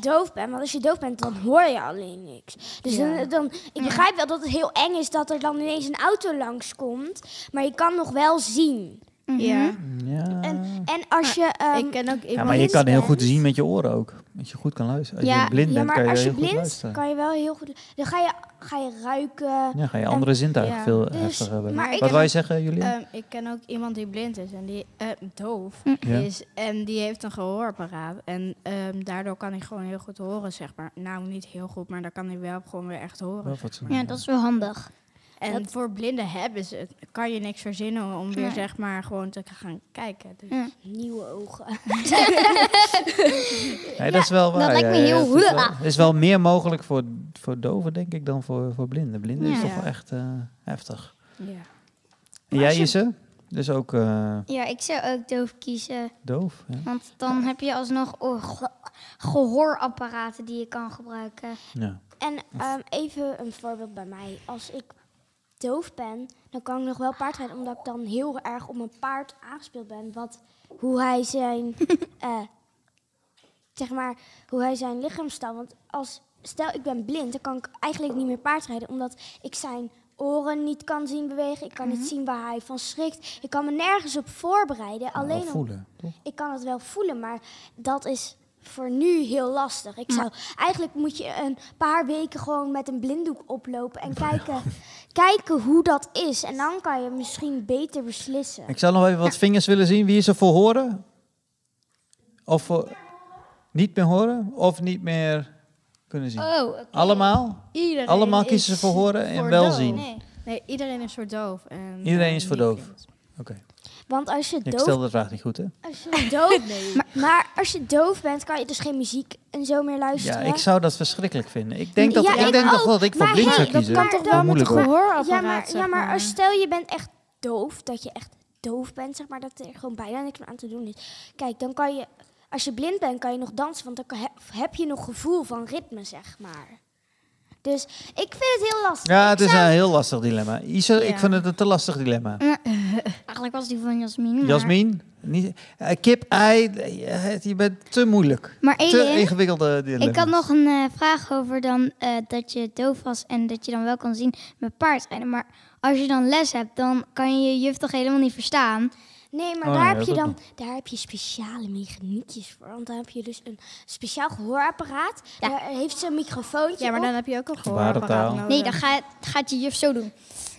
S3: doof bent. Want als je doof bent, dan hoor je alleen niks. Dus
S7: Ja.
S3: dan, dan, ik begrijp wel dat het heel eng is dat er dan ineens een auto langskomt, maar je kan nog wel zien.
S7: Ja.
S1: Ja.
S3: En, en als je... ehm,
S7: Ik ken ook
S1: ja,
S7: iemand...
S1: maar je kan heel goed
S3: bent-
S1: zien met je oren ook. Dat je goed kan luisteren. Als
S5: Ja,
S1: je blind
S3: ja,
S1: bent,
S3: maar
S1: kan je
S3: als je
S1: heel goed
S3: blind
S1: luisteren.
S3: kan je wel heel goed... Dan ga je, ga je ruiken.
S1: Ja, ga je andere zintuigen
S7: ja.
S1: veel
S3: Dus,
S1: heftiger hebben.
S3: maar ik
S1: Wat
S3: heb-
S1: wij zeggen, jullie?
S7: Ehm, ik ken ook iemand die blind is en die eh, doof
S5: Mm.
S1: Ja.
S7: is en die heeft een gehoorapparaat en ehm, daardoor kan hij gewoon heel goed horen zeg maar. Nou niet heel goed, maar dan kan hij wel gewoon weer echt horen.
S5: Ja, dat is wel handig.
S7: En voor blinden hebben ze het- kan je niks verzinnen om weer
S5: Nee.
S7: zeg maar gewoon te gaan kijken. Dus.
S5: Ja.
S3: Nieuwe ogen.
S1: Nee, dat is wel waar.
S5: dat lijkt
S1: ja, ja,
S5: me heel
S1: het is wel-
S5: hoera.
S1: Er is wel meer mogelijk voor, voor doven, denk ik, dan voor, voor blinden. Blinden is
S5: Ja.
S1: toch wel echt eh, heftig.
S7: Ja.
S1: En jij, Isse? Dus ook eh,
S5: Ja, ik zou ook doof kiezen.
S1: doof. Ja.
S5: Want dan heb je alsnog oor- ge- gehoorapparaten die je kan gebruiken.
S1: Ja.
S3: En ehm, even een voorbeeld bij mij. Als ik doof ben, dan kan ik nog wel paardrijden, omdat ik dan heel erg op mijn paard aangespeeld ben. Wat, hoe hij zijn, eh, zeg maar, hoe hij zijn lichaamstaal. Want als, stel ik ben blind, dan kan ik eigenlijk niet meer paardrijden, omdat ik zijn oren niet kan zien bewegen. Ik kan niet zien waar hij van schrikt. Ik kan me nergens op voorbereiden.
S1: Maar wel
S3: Alleen op
S1: voelen. toch?
S3: ik kan het wel voelen, maar dat is voor nu heel lastig. Ik zou, eigenlijk moet je een paar weken gewoon met een blinddoek oplopen en kijken, kijken hoe dat is. En dan kan je misschien beter beslissen.
S1: Ik zou nog even wat vingers willen zien. Wie is er voor horen? Of voor niet meer horen? Of niet meer kunnen
S3: Eh,
S1: zien?
S5: Oh,
S1: Allemaal?
S7: Iedereen
S1: Allemaal
S7: is
S1: kiezen ze voor horen en
S7: voor
S1: wel
S7: doof.
S1: zien.
S5: nee.
S7: Nee, iedereen is voor doof. En,
S1: Iedereen
S7: eh,
S1: is voor
S7: niet
S1: doof.
S7: blind.
S1: Oké.
S3: Want als je
S1: Ik
S3: doof,
S1: stel de vraag niet goed, hè?
S3: als je doof, maar, maar als je doof bent, kan je dus geen muziek en zo meer
S1: Ja,
S3: luisteren.
S1: ik zou dat verschrikkelijk vinden. Ik denk, dat,
S3: Ja,
S1: ik
S3: ik
S1: denk toch
S3: ook.
S1: wel dat ik voor
S3: Maar
S1: blind
S3: hey,
S1: zou
S3: dat
S1: kiezen.
S3: kan
S1: is
S3: toch
S1: wel
S3: wel met
S1: moeilijk
S3: het
S1: hoor.
S3: ja,
S7: Gehoorapparaat,
S3: maar, ja,
S7: zeg
S3: maar als stel je bent echt doof, dat je echt doof bent, zeg maar, dat er gewoon bijna niks meer aan te doen is. Kijk, dan kan je, als je blind bent, kan je nog dansen, want dan kan- he- heb je nog gevoel van ritme, zeg maar. Dus ik vind het heel lastig.
S1: Ja,
S3: Ik
S1: het is
S3: zou- Mm,
S1: een heel lastig dilemma. Isa, ik
S7: Ja.
S1: vind het een te lastig dilemma.
S5: Eigenlijk was die van Jasmin. maar-
S1: Jasmin? Niet, eh, kip, ei, eh, je bent te moeilijk.
S5: Maar
S1: Te
S5: Elin,
S1: ingewikkelde dilemma.
S5: ik had nog een eh, vraag over dan eh, dat je doof was en dat je dan wel kan zien met paardrijden. Maar als je dan les hebt, dan kan je je juf toch helemaal niet verstaan.
S3: Nee, maar
S1: Oh,
S3: daar,
S1: nee,
S3: heb
S1: dat
S3: je
S1: ook
S3: dan, daar heb je speciale mechaniekjes voor. Want dan heb je dus een speciaal gehoorapparaat. Daar heeft ze een microfoontje
S7: Ja, maar dan
S3: op.
S7: heb je ook een
S1: Gebarentaal.
S7: gehoorapparaat nodig.
S5: Nee, dan gaat, gaat je juf zo doen.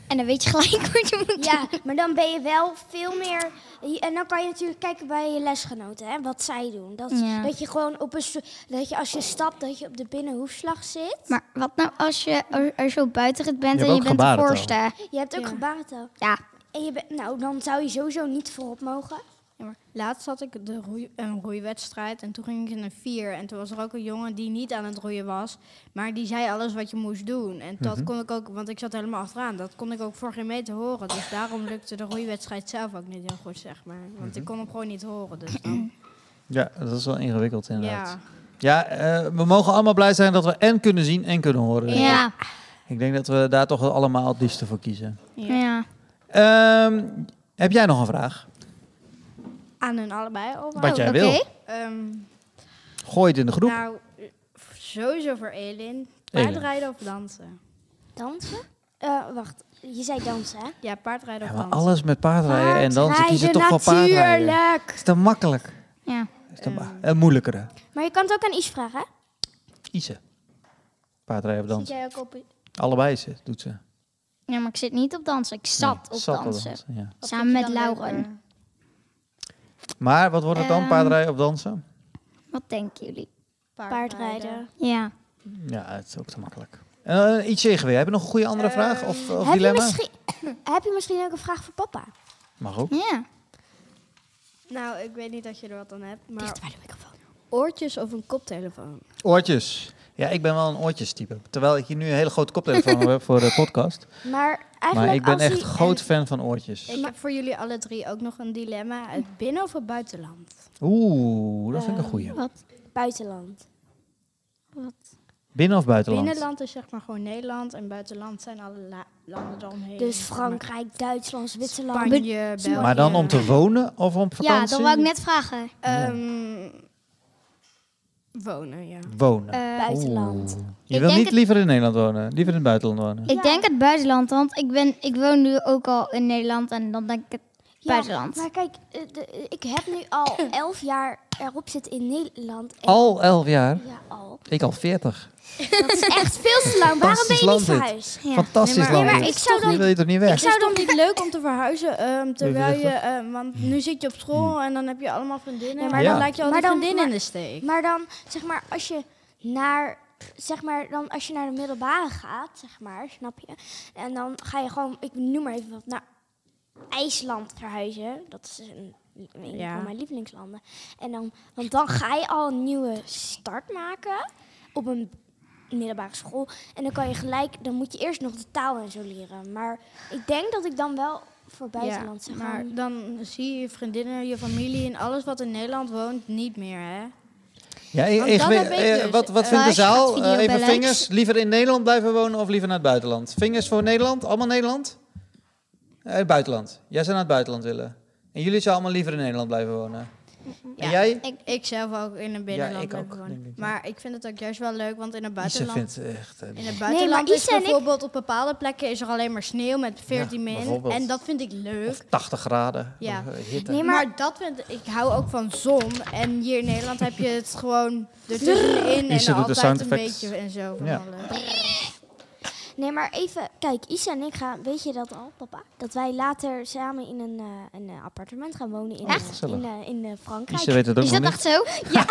S5: En dan weet je gelijk wat je moet
S3: Ja, maar dan ben je wel veel meer... En dan kan je natuurlijk kijken bij je lesgenoten, hè, wat zij doen. Dat,
S5: Ja.
S3: dat je gewoon op een... so- Dat je als je stapt, dat je op de binnenhoefslag zit.
S5: Maar wat nou als je, als- als je op buitenrit bent
S1: Je hebt
S5: en je
S1: ook
S5: bent de
S1: gebarentaal.
S5: voorste?
S3: Je hebt ook gebarentaal.
S5: Ja.
S3: En je bent- nou, dan zou je sowieso niet voorop mogen.
S7: Ja, maar laatst had ik de roei, een roeiwedstrijd en toen ging ik in een vier. En toen was er ook een jongen die niet aan het roeien was, maar die zei alles wat je moest doen. En
S1: Mhm.
S7: dat kon ik ook, want ik zat helemaal achteraan, dat kon ik ook voor geen meter horen. Dus daarom lukte de roeiwedstrijd zelf ook niet heel goed, zeg maar. Want
S1: Mhm.
S7: ik kon hem gewoon niet horen. Dus dan,
S1: Ja, dat is wel ingewikkeld inderdaad.
S7: ja.
S1: Ja, eh, we mogen allemaal blij zijn dat we en kunnen zien en kunnen horen.
S5: Ja.
S1: Ik denk dat we daar toch wel allemaal het liefste voor kiezen.
S5: ja.
S1: Ehm, heb jij nog een vraag?
S7: Aan hun allebei al.
S1: Wat jij wil.
S7: Oké. Ehm,
S1: Gooi het in de groep.
S7: Nou, sowieso voor Elin. Paardrijden of dansen?
S3: Dansen? Eh, wacht, je zei dansen, hè?
S7: Ja, paardrijden
S1: Ja,
S7: of
S1: maar
S7: dansen.
S1: alles met paardrijden en dansen kiezen toch wel
S3: Paardrijden,
S1: paardrijden.
S3: natuurlijk.
S1: Is dat makkelijk?
S5: Ja.
S1: Is dat
S7: Ehm,
S1: ma- een moeilijkere.
S3: Maar je kan het ook aan Is vragen, hè?
S1: Ise. Paardrijden of dansen.
S3: jij ook op...
S1: Allebei ze, doet ze.
S5: Ja, maar ik zit niet op dansen. Ik zat op
S1: zat op
S5: dansen.
S1: dansen, ja. Wat
S5: Samen met Lauren.
S1: Maar wat wordt het dan,
S5: Ehm,
S1: paardrijden of dansen?
S5: Wat denken jullie?
S3: Paardrijden.
S5: Ja.
S1: Ja, het is ook te makkelijk. Eh iets weer. Heb je nog een goede andere vraag of, of
S3: heb, je
S1: dilemma?
S3: misschien, heb je misschien ook een vraag voor papa?
S1: Mag ook.
S5: Ja.
S7: Nou, ik weet niet dat je er wat aan hebt, maar... Dicht bij de microfoon. Oortjes of een koptelefoon?
S1: Oortjes. Ja, ik ben wel een oortjestype. Terwijl ik hier nu een hele grote koptelefoon heb voor de podcast.
S3: Maar
S1: maar
S3: eigenlijk
S1: ik ben
S3: als
S1: echt
S3: hij-
S1: groot fan van oortjes.
S7: Ik heb voor jullie alle drie ook nog een dilemma
S3: Hm.
S7: uit binnen- of het buitenland.
S1: Oeh, dat vind ik een goeie.
S5: Wat?
S3: Buitenland.
S5: Wat?
S1: Binnen of buitenland?
S7: Binnenland is zeg maar gewoon Nederland en buitenland zijn alle la- landen dan heen.
S3: Dus Frankrijk, Duitsland, Zwitserland.
S7: Spanje,
S3: Be-
S7: België.
S1: Maar dan om te wonen of om
S5: Ja,
S1: vakantie?
S5: dat wou ik net vragen.
S7: Ehm, wonen, ja.
S1: Wonen.
S5: eh, buitenland.
S1: Oeh. Je wil
S5: Ik denk
S1: niet
S5: het-
S1: liever in Nederland wonen, liever in het buitenland wonen.
S5: Ik denk het buitenland, want ik, ben, ik woon nu ook al in Nederland en dan denk ik het
S3: Ja,
S5: buitenland.
S3: Maar kijk, eh, de- ik heb nu al elf jaar erop zitten in Nederland. En
S1: Al elf jaar?
S3: Ja, al.
S1: Ik al veertig.
S3: Dat is echt veel te lang. Waarom
S1: Fantastisch
S3: ben je niet
S1: land dit.
S3: verhuisd?
S1: Fantastisch
S7: Nee, maar-
S1: land.
S7: Nee, maar
S1: dit.
S7: ik zou
S1: Die
S7: dan-
S1: wil je toch niet
S7: Ik
S1: weg?
S7: zou dan niet leuk om te verhuizen, ehm, terwijl je,
S1: weg?
S7: ehm, want nu zit je op school en dan heb je allemaal vriendinnen,
S3: Ja,
S7: maar
S1: Hm. Ja.
S7: dan laat je al die
S3: Maar dan-
S7: vriendinnen in
S3: maar-
S7: de steek.
S3: Maar dan, zeg maar, als je naar, zeg maar, dan als je naar de middelbare gaat, zeg maar, snap je? En dan ga je gewoon, ik noem maar even wat, naar IJsland verhuizen. Dat is een, een
S7: Ja.
S3: van mijn lievelingslanden. En dan, want dan ga je al een nieuwe start maken op een middelbare school. En dan kan je gelijk, dan moet je eerst nog de taal en zo leren. Maar ik denk dat ik dan wel voor buitenland
S7: ja,
S3: zou gaan.
S7: maar dan zie je je vriendinnen, je familie en alles wat in Nederland woont niet meer, hè?
S1: Ja, ik-
S7: Want
S1: ik
S7: dat
S1: weet-
S7: heb ik
S1: eh,
S7: dus.
S1: wat, wat
S7: Eh,
S1: vindt de
S7: als je
S1: zaal?
S7: gaat
S1: Eh, even
S7: videobellen.
S1: vingers. Liever in Nederland blijven wonen of liever naar het buitenland? Vingers voor Nederland? Allemaal Nederland? Eh, het buitenland. Jij zou naar het buitenland willen. En jullie zouden allemaal liever in Nederland blijven wonen. En jij?
S7: Ik, ik zelf ook in het binnenland
S1: ik
S7: blijf
S1: ook,
S7: wonen.
S1: denk ik, ja.
S7: Maar ik vind het ook juist wel leuk, want in het
S1: Ise
S7: buitenland...
S1: vindt echt... eh,
S7: In het buitenland
S3: Ise
S7: is
S3: en ik-
S7: bijvoorbeeld op bepaalde plekken is er alleen maar sneeuw met 14 min.
S1: bijvoorbeeld.
S7: En dat vind ik leuk.
S1: 80 graden.
S7: Ja.
S1: eh, hitte.
S7: Nee, maar, dat vind ik, hou ook van zon. En hier in Nederland heb je het gewoon
S1: Ise
S7: ertussenin en
S1: doet de
S7: altijd
S1: sound
S7: een
S1: effects.
S7: beetje en zo van
S1: Ja.
S7: alles.
S3: Nee, maar even, kijk, Isa en ik gaan, weet je dat al, papa? Dat wij later samen in een, eh, een eh, appartement gaan wonen in, eh,
S1: Oh, Gezellig.
S3: in, eh, in eh, Frankrijk.
S1: Ise weet het ook
S5: Is
S1: nog
S5: dat
S1: niet.
S5: echt zo? Ja.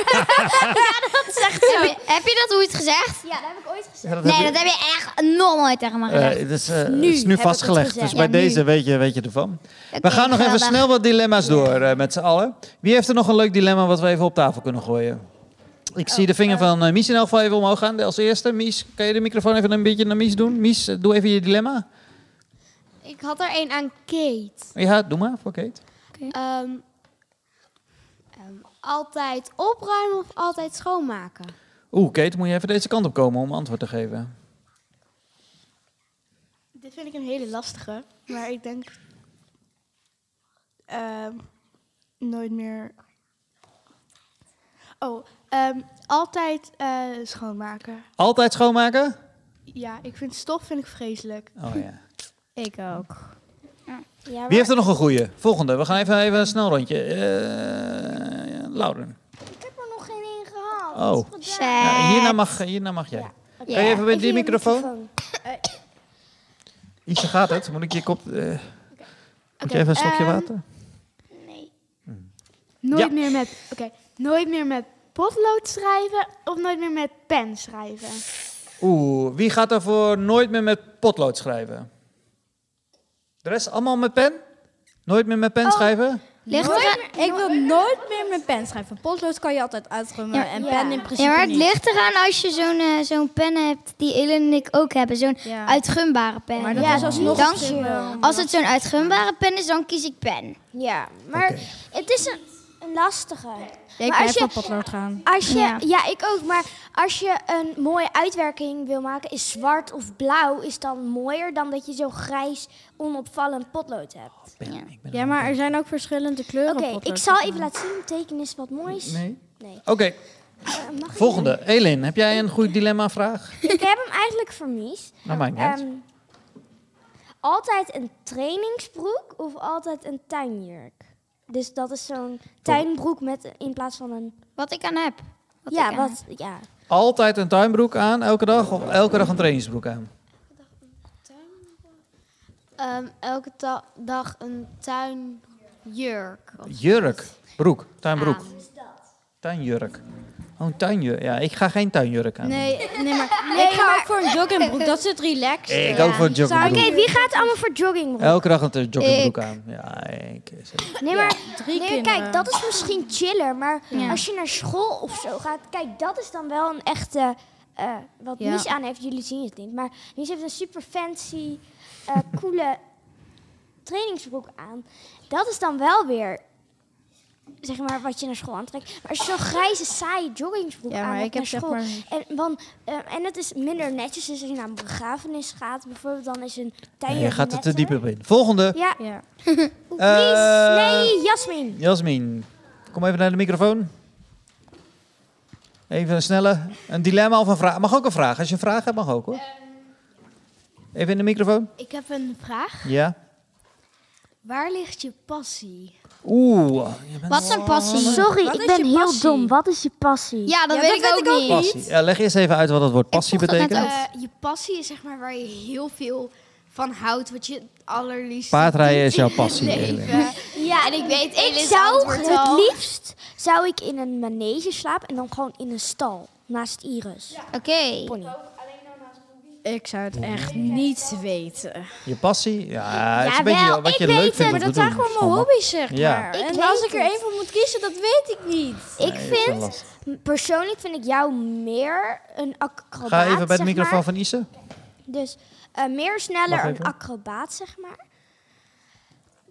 S5: dat is echt zo. Heb je, heb je dat ooit gezegd?
S3: Ja, dat heb ik ooit
S1: Ja,
S3: gezegd.
S1: dat heb
S5: nee,
S1: je-
S5: dat heb je echt nog nooit tegen me gezegd.
S1: Eh, het is, eh, het
S3: Nu
S1: is
S3: heb ik
S1: nu
S3: het
S1: vastgelegd, dus
S3: gezegd.
S1: bij
S5: Ja, nu.
S1: deze weet je, weet je ervan.
S5: Oké,
S1: We gaan nog even
S5: geweldig.
S1: snel wat dilemma's door eh, met z'n allen. Wie heeft er nog een leuk dilemma wat we even op tafel kunnen gooien? Ik zie de vinger van eh, Mies in elk geval even omhoog gaan. Als eerste, Mies, kan je de microfoon even een beetje naar Mies doen? Mies, eh, doe even je dilemma.
S2: Ik had er een aan Kate.
S1: Ja, doe maar voor Kate.
S2: Ehm, ehm, altijd opruimen of altijd schoonmaken?
S1: Oeh, Kate, moet je even deze kant op komen om antwoord te geven.
S10: Dit vind ik een hele lastige, maar ik denk ehm, nooit meer. Oh, ehm, altijd eh, schoonmaken.
S1: Altijd schoonmaken?
S10: Ja, ik vind stof vind ik vreselijk.
S1: Oh ja.
S7: Ik ook.
S3: Ja, maar-
S1: Wie heeft er nog een goeie? Volgende, we gaan even, even een snel rondje. Eh Lauren.
S3: Ik heb er nog geen één gehad.
S1: Oh.
S3: Wat
S5: Zet.
S3: raar.
S1: Ja, hierna, mag, hierna mag jij.
S3: Oké.
S1: Kan je even bij die
S3: in de
S1: microfoon? Ietsje gaat het. Moet ik je kop... eh, Moet je even een slokje
S10: ehm,
S1: water?
S10: Nooit
S1: Ja.
S10: meer met. Oké, nooit meer met potlood schrijven of nooit meer met pen schrijven.
S1: Oeh, wie gaat daarvoor nooit meer met potlood schrijven? De rest allemaal met pen? Nooit meer met pen schrijven?
S5: Ligt
S7: Nooit
S5: eraan-
S7: meer- ik wil nooit meer met pen schrijven. Potlood kan je altijd uitrummen
S5: Ja.
S7: en
S3: Ja.
S7: pen in principe
S5: Ja, maar het
S7: niet.
S5: ligt eraan als je zo'n eh, zo'n pen hebt die Ellen en ik ook hebben. Zo'n
S7: Ja.
S5: uitgumbare pen.
S7: Maar dat
S5: ja,
S7: is alsnog
S5: dan-
S7: op zich wel-
S5: Als het zo'n uitgumbare pen is, dan kies ik pen.
S3: Ja, maar
S1: Oké.
S3: het is een... een lastige.
S7: Ja, ik
S3: Maar
S7: blijf
S3: als je-
S7: op potlood gaan.
S3: Als je, ja.
S7: Ja.
S3: ik ook. Maar als je een mooie uitwerking wil maken, is zwart of blauw is dan mooier dan dat je zo'n grijs onopvallend potlood hebt.
S7: Ja, maar er zijn ook verschillende kleuren
S3: Oké,
S7: potlood.
S3: ik zal even laten zien. Tekenen is wat moois.
S1: Nee.
S3: Nee.
S1: Oké,
S3: Eh, mag ik-
S1: volgende. Elin, heb jij een goede dilemma-vraag?
S3: Ik heb hem eigenlijk vermiest.
S1: Nou, maakt niet uit.
S3: Ehm, altijd een trainingsbroek of altijd een tuinjurk? Dus dat is zo'n tuinbroek met, in plaats van een...
S5: Wat ik aan heb.
S3: ja,
S5: ik aan
S3: wat, ja.
S1: Altijd een tuinbroek aan, elke dag? Of elke dag een trainingsbroek aan?
S2: Ehm, elke ta- dag een tuinjurk.
S1: Jurk. Broek. Tuinbroek. Tuinjurk. Oh, een tuinjurk. Ja, ik ga geen tuinjurk aan.
S7: Nee, nee, maar
S3: Nee,
S7: ik ga
S3: maar-
S7: ook voor een joggingbroek. Dat is het relaxed.
S1: Ik ook voor een
S3: Oké,
S1: joggingbroek.
S3: wie gaat allemaal voor jogging?
S1: Elke dag een joggingbroek aan. Ja, ik...
S3: Nee, maar
S7: Drie
S3: nee,
S7: kinderen.
S3: kijk, dat is misschien chiller. Maar
S7: Ja.
S3: als je naar school of zo gaat, kijk, dat is dan wel een echte. eh, wat
S7: Ja.
S3: Mies aan heeft, jullie zien het niet. Maar Mies heeft een super fancy, eh, coole trainingsbroek aan. Dat is dan wel weer, zeg maar, wat je naar school aantrekt. Maar als je zo'n grijze, saaie joggingsbroek
S7: Ja,
S3: aan
S7: maar
S3: hebt
S7: ik heb
S3: naar
S7: zeg
S3: school...
S7: maar...
S3: En, want, eh, en het is minder netjes. Dus als je naar een begrafenis gaat, bijvoorbeeld, dan is een
S1: Nee,
S3: tijdje
S1: je gaat er te diep op in. Volgende.
S3: Ja,
S7: Ja.
S3: Oeh,
S1: Eh,
S3: Mies. Nee, Jasmin.
S1: Jasmin, kom even naar de microfoon. Even een snelle. Een dilemma of een vraag. Mag ook een vraag. Als je een vraag hebt, mag ook hoor. Even in de microfoon.
S4: Ik heb een vraag.
S1: Ja.
S4: Waar ligt je passie?
S1: Oeh. Oh, je bent-
S5: Wat is een passie?
S3: Sorry,
S4: Oh, Wat
S3: ik
S4: is
S3: ben
S4: je
S3: heel
S4: passie?
S3: dom. Wat is je passie?
S5: Ja, dat
S4: Ja,
S5: weet
S4: dat
S5: ik
S4: weet ik
S5: ook
S4: ook
S5: niet.
S1: Passie. Ja, leg eerst even uit wat dat woord passie
S5: vroeg dat net
S1: betekent.
S4: Eh, je passie is zeg maar waar je heel veel van houdt, wat je het allerliefst
S1: Paardrijden is jouw passie. Elin.
S4: leven.
S3: Ja,
S4: En ik weet
S3: ik
S4: Elis
S3: zou
S4: antwoord
S3: het
S4: al.
S3: liefst zou ik in een manege slapen en dan gewoon in een stal naast Iris.
S5: Oké.
S3: Pony.
S7: Ik zou het echt niet weten.
S1: Je passie? Ja, het is een
S3: Jawel,
S1: beetje wat
S3: ik
S1: je
S3: weet
S1: leuk vindt
S3: het,
S1: om
S7: Maar
S1: te
S7: dat
S1: doen.
S7: zijn gewoon mijn hobby's, zeg
S1: Ja.
S7: maar.
S3: Ik
S7: en
S3: weet
S7: als ik er
S3: het.
S7: één van moet kiezen, dat weet ik niet.
S3: Ik
S1: Nee, dat is wel
S3: vind,
S1: lastig.
S3: persoonlijk vind ik jou meer een acrobaat.
S1: Ga even bij de
S3: zeg
S1: microfoon
S3: maar.
S1: van Ise.
S3: Dus eh, meer sneller
S1: Wacht
S3: een
S1: even.
S3: acrobaat, zeg maar.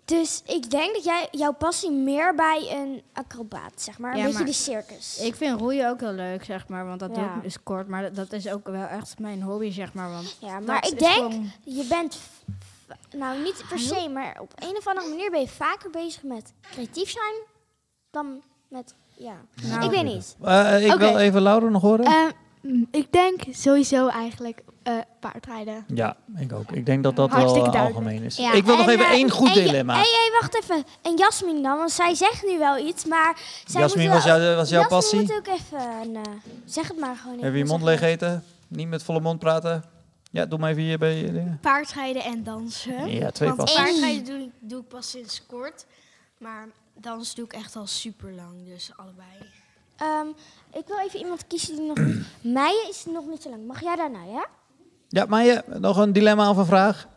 S3: Dus ik denk dat jij, jouw passie meer bij een acrobaat, zeg maar. Een
S7: Ja,
S3: beetje
S7: maar
S3: de circus.
S7: Ik vind roeien ook heel leuk, zeg maar. Want dat
S3: Ja.
S7: doe ik dus kort. Maar dat- dat is ook wel echt mijn hobby, zeg maar. Want
S3: ja,
S7: dat
S3: maar ik
S7: is
S3: denk
S7: gewoon-
S3: Je bent, v- v- nou niet per se, maar op een of andere manier ben je vaker bezig met creatief zijn dan met, ja.
S7: Nou,
S3: ik weet niet.
S1: Eh, ik wil
S4: Oké. Eh,
S1: even Laura nog horen.
S4: mm, ik denk sowieso eigenlijk eh, paardrijden.
S1: Ja, ik ook. Ik denk dat dat wel
S4: Hartstikke
S1: eh,
S4: duidelijk.
S1: algemeen is.
S5: Ja,
S1: Ik wil nog
S3: en,
S1: even
S3: eh,
S1: één goed
S3: en je-
S1: dilemma.
S3: Hé, hé, wacht even. En Jasmin dan, want zij zegt nu wel iets, maar zij
S1: Jasmin,
S3: moet
S1: was,
S3: wel-
S1: jou, was jouw
S3: Jasmin
S1: passie?
S3: moet ook even, een, eh, zeg het maar gewoon even.
S1: Even je
S3: zeg
S1: mond leeg eten. Niet met volle mond praten. Ja, doe maar even hier bij je dingen.
S4: Paardrijden en dansen.
S1: Ja, twee
S4: Want
S1: passen.
S4: paardrijden doe, ik- doe ik pas sinds kort. Maar dans doe ik echt al super lang. Dus allebei.
S3: maar. Ehm, ik wil even iemand kiezen die nog niet... Meijen is nog niet zo lang. Mag jij daarna, ja?
S1: Ja, maar je, nog een dilemma of een vraag?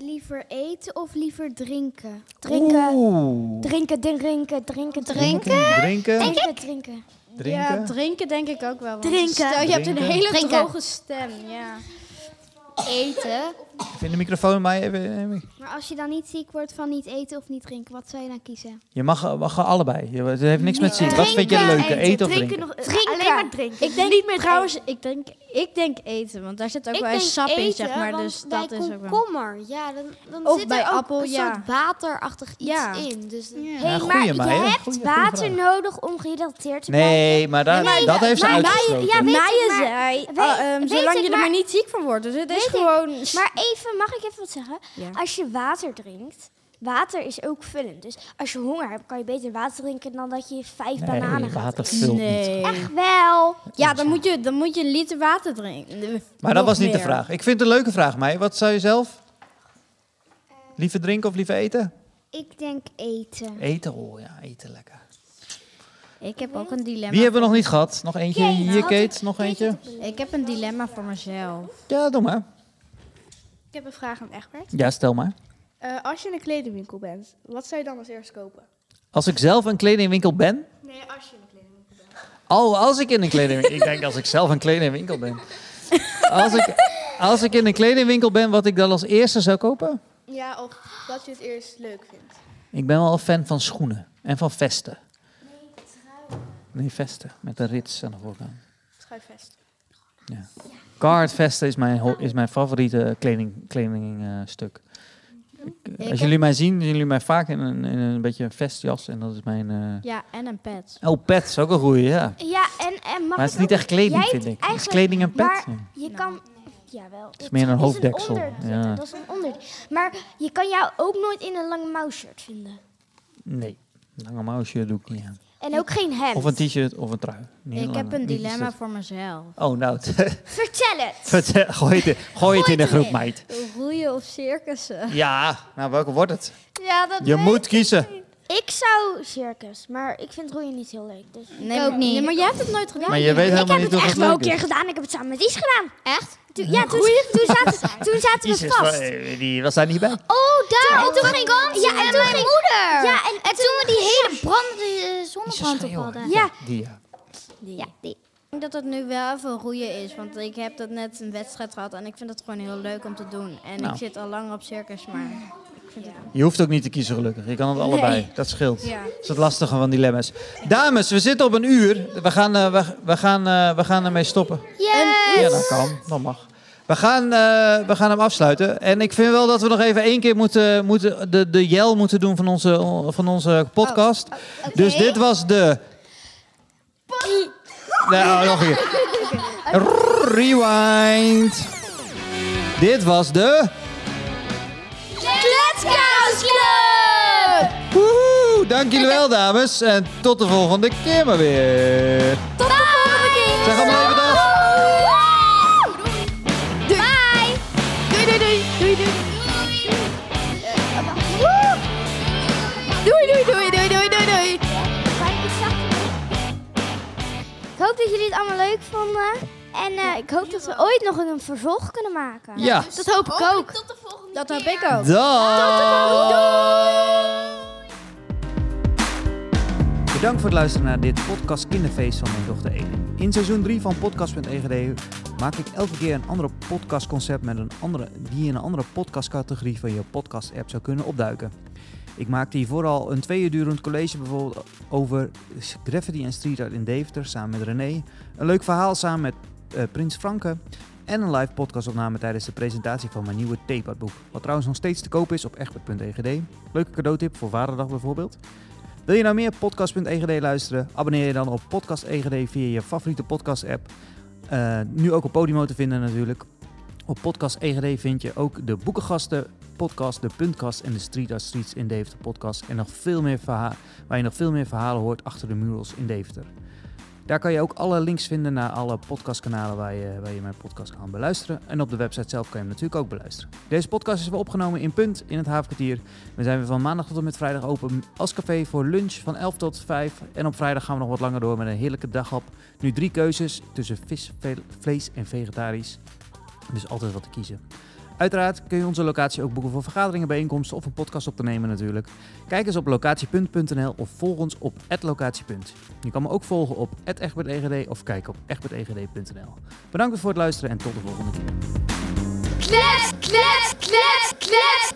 S10: liever eten of liever drinken?
S3: Drinken,
S1: Oeh.
S3: drinken, drinken, drinken, drinken.
S1: Drinken.
S3: Drinken, drinken.
S7: Ja,
S1: Drinken.
S7: drinken denk ik ook wel. want
S4: Drinken.
S7: Stel, je hebt een
S1: Drinken.
S7: hele
S5: Drinken.
S7: droge stem, ja.
S5: Eten.
S1: Vind de microfoon mij even. Amy.
S10: Maar als je dan niet ziek wordt van niet eten of niet drinken, wat zou je dan kiezen?
S1: Je mag, eh, mag allebei. Je, het heeft niks met zin. Wat vind je
S4: Drinken,
S1: leuker? Eten of drinken?
S4: nog- Alleen maar drinken.
S7: Ik denk niet meer trouwens, ik denk, ik denk eten, want daar zit ook wel eens sap in, zeg maar. Dus dat is ook wel.
S2: komkommer, ja, dan, dan
S7: Of
S2: zit
S7: bij
S2: er ook
S7: appel,
S2: een
S7: ja.
S2: soort waterachtig iets
S7: Ja.
S2: in. Dus dat-
S1: Ja,
S3: Hey,
S1: goeie,
S3: maar je
S1: Maya.
S3: hebt
S1: Goeie, goeie
S3: water
S1: vraag.
S3: nodig om gehydrateerd te blijven.
S1: Nee, maar, daar, dat heeft ze
S3: maar-
S1: uitgesproken.
S3: ja, weet ik, maar-
S7: zei,
S3: weet-
S7: ah, ehm,
S3: weet ik,
S7: zolang je er
S3: maar-
S7: maar niet ziek van wordt. Dus het
S3: Weet
S7: is
S3: ik,
S7: gewoon...
S3: Maar even, mag ik even wat zeggen?
S7: Ja.
S3: Als je water drinkt, water is ook vullend. Dus als je honger hebt, kan je beter water drinken dan dat je vijf bananen
S1: nee,
S3: gaat
S1: water
S3: drinken.
S1: vult niet.
S7: nee.
S3: Echt wel.
S7: Ja, dan moet, je, dan moet je een liter water drinken.
S1: Maar dat
S7: Nog
S1: was niet de
S7: meer.
S1: vraag. Ik vind het een leuke vraag, mij. Wat zou je zelf? Liever drinken of liever eten?
S10: Ik denk eten.
S1: Eten, oh ja, eten lekker.
S7: Ik heb ook een dilemma.
S1: Wie hebben we nog niet gehad? Nog eentje
S3: Kate,
S1: hier,
S3: had ik-
S1: Kate? Nog eentje?
S7: Ik heb een dilemma voor mezelf.
S1: Ja, doe maar.
S8: Ik heb een vraag aan Egbert.
S1: Ja, stel maar.
S8: Eh, als je in een kledingwinkel bent, wat zou je dan als eerst kopen?
S1: Als ik zelf een kledingwinkel ben?
S8: Nee, als je in een kledingwinkel bent.
S1: Oh, als ik in een kledingwinkel... ik denk als ik zelf een kledingwinkel ben. Als ik, als ik in een kledingwinkel ben, wat ik dan als eerste zou kopen?
S8: Ja, of dat je het eerst leuk vindt.
S1: Ik ben wel fan van schoenen. En van vesten. Nee, vesten. Met een rits aan de voorkant.
S8: Schuifvest.
S1: Ja. Card vesten is mijn, ho- is mijn favoriete kleding, kledingstuk.
S7: Ik
S1: Als
S7: heb-
S1: jullie mij zien, zien jullie mij vaak in een, in een beetje een vestjas. En dat is mijn... eh,
S7: Ja, en een pet.
S1: Oh, pet is ook een goeie, ja.
S3: Ja, en, en mag
S1: Maar het is
S3: ik
S1: niet
S3: ook-
S1: echt kleding,
S3: Jij
S1: vind
S3: hebt
S1: ik. Het is
S3: eigenlijk-
S1: kleding en pet.
S3: maar
S1: ja.
S3: je kan... Jawel. Het
S1: meer een
S3: Is
S1: hoofddeksel,
S3: een onderdeel,
S1: ja.
S3: Dat is een onderdeel. Maar je kan jou ook nooit in een lange mouwshirt vinden.
S1: Nee, lange mouwshirt doe ik niet aan.
S3: En ook geen hemd.
S1: Of een t-shirt of een trui. Niet
S7: Ik heb
S1: lange-
S7: een
S1: niet
S7: dilemma
S1: t-shirt.
S7: voor mezelf.
S1: Oh, nou. t-
S3: Vertel het.
S1: Vertel, gooi het, in- gooi het in de groep, meid.
S7: Roeien of circussen?
S1: Ja, nou welke wordt het?
S3: Ja, dat
S1: Je
S3: weet
S1: moet kiezen.
S3: Ik zou circus, maar ik vind roeien niet heel leuk. Dus
S7: Nee, ook niet.
S3: maar jij hebt het nooit gedaan.
S1: Maar je weet helemaal niet
S3: ik heb
S1: of
S3: het
S1: het
S3: echt wel een
S1: leuk is.
S3: keer gedaan. Ik heb het samen met Is gedaan. Echt? ja, toen, toen, zaten, toen zaten we
S1: Jezus, wa-
S3: vast.
S1: eh, die was daar niet bij.
S5: Oh, daar!
S3: En
S5: op
S3: toen ging-
S5: vakantie
S3: ja, en
S5: met
S3: toen
S5: mijn
S3: ging-
S5: moeder!
S3: Ja, en,
S5: En toen we die hele brandende eh, zonnebrand op
S1: schreeuwen.
S5: hadden.
S3: ja,
S1: Die, ja.
S5: Ja, die.
S7: Ik denk dat het nu wel even roeien is, want ik heb dat net een wedstrijd gehad en ik vind het gewoon heel leuk om te doen. En
S1: Nou.
S7: ik zit al langer op circus, maar ik vind het...
S1: Je hoeft ook niet te kiezen, gelukkig. Je kan het allebei. Dat scheelt.
S7: Ja.
S1: Dat is het lastige van dilemma's. Dames, we zitten op een uur. We gaan, eh, we, we gaan, eh, we gaan ermee stoppen. Ja, dat kan. Dat mag. We gaan, eh, we gaan hem afsluiten. En ik vind wel dat we nog even één keer moeten, moeten de, de jel moeten doen van onze, van onze podcast. Dus dit was de... Nou, nog een keer. Rewind. Dit was de...
S5: Kletskaus Club!
S1: Woehoe! Dank jullie wel, dames. En tot de volgende keer maar weer.
S5: Tot de volgende keer!
S1: Zeg allemaal even dag.
S5: Doei! Bye! Doei, doei, doei! Doei, doei! Doei, doei, doei, doei, doei, doei, doei!
S3: ik hoop dat jullie het allemaal leuk vonden. En eh, ik hoop dat we ooit nog een vervolg kunnen maken.
S1: Ja,
S3: Dat hoop ik ook.
S7: Dat heb ik ook.
S1: dag. Bedankt voor het luisteren naar dit podcast Kinderfeest van mijn dochter Elin. In seizoen 3 van podcast.egd maak ik elke keer een andere podcastconcept met een andere die in een andere podcastcategorie van je podcast app zou kunnen opduiken. Ik maakte hier vooral een twee uur durend college bijvoorbeeld over Graffiti en Street Art in Deventer samen met René. Een leuk verhaal samen met eh, Prins Franke. En een live podcastopname tijdens de presentatie van mijn nieuwe tapeartboek. Wat trouwens nog steeds te koop is op egbert.egd. Leuke cadeautip voor Vaderdag bijvoorbeeld. Wil je nou meer podcast.egd luisteren? Abonneer je dan op podcast EGD via je favoriete podcast app. Eh, nu ook op Podimo te vinden natuurlijk. Op podcast EGD vind je ook de Boekengasten podcast, de Puntkast en de Street Art Streets in Deventer podcast. En nog veel meer verha- waar je nog veel meer verhalen hoort achter de murals in Deventer. Daar kan je ook alle links vinden naar alle podcastkanalen waar je, waar je mijn podcast kan beluisteren. En op de website zelf kan je hem natuurlijk ook beluisteren. Deze podcast is weer opgenomen in Punt in het Havenkwartier. We zijn weer van maandag tot en met vrijdag open als café voor lunch van 11 tot 5. En op vrijdag gaan we nog wat langer door met een heerlijke daghap. Nu drie keuzes tussen vis, ve- vlees en vegetarisch. Dus altijd wat te kiezen. Uiteraard kun je onze locatie ook boeken voor vergaderingen, bijeenkomsten of een podcast op te nemen natuurlijk. Kijk eens op locatiepunt.nl of volg ons op @locatiepunt. Je kan me ook volgen op @egbertegd of kijk op egbertegd.nl. Bedankt voor het luisteren en tot de volgende keer.
S5: Klets, klets, klets, klets,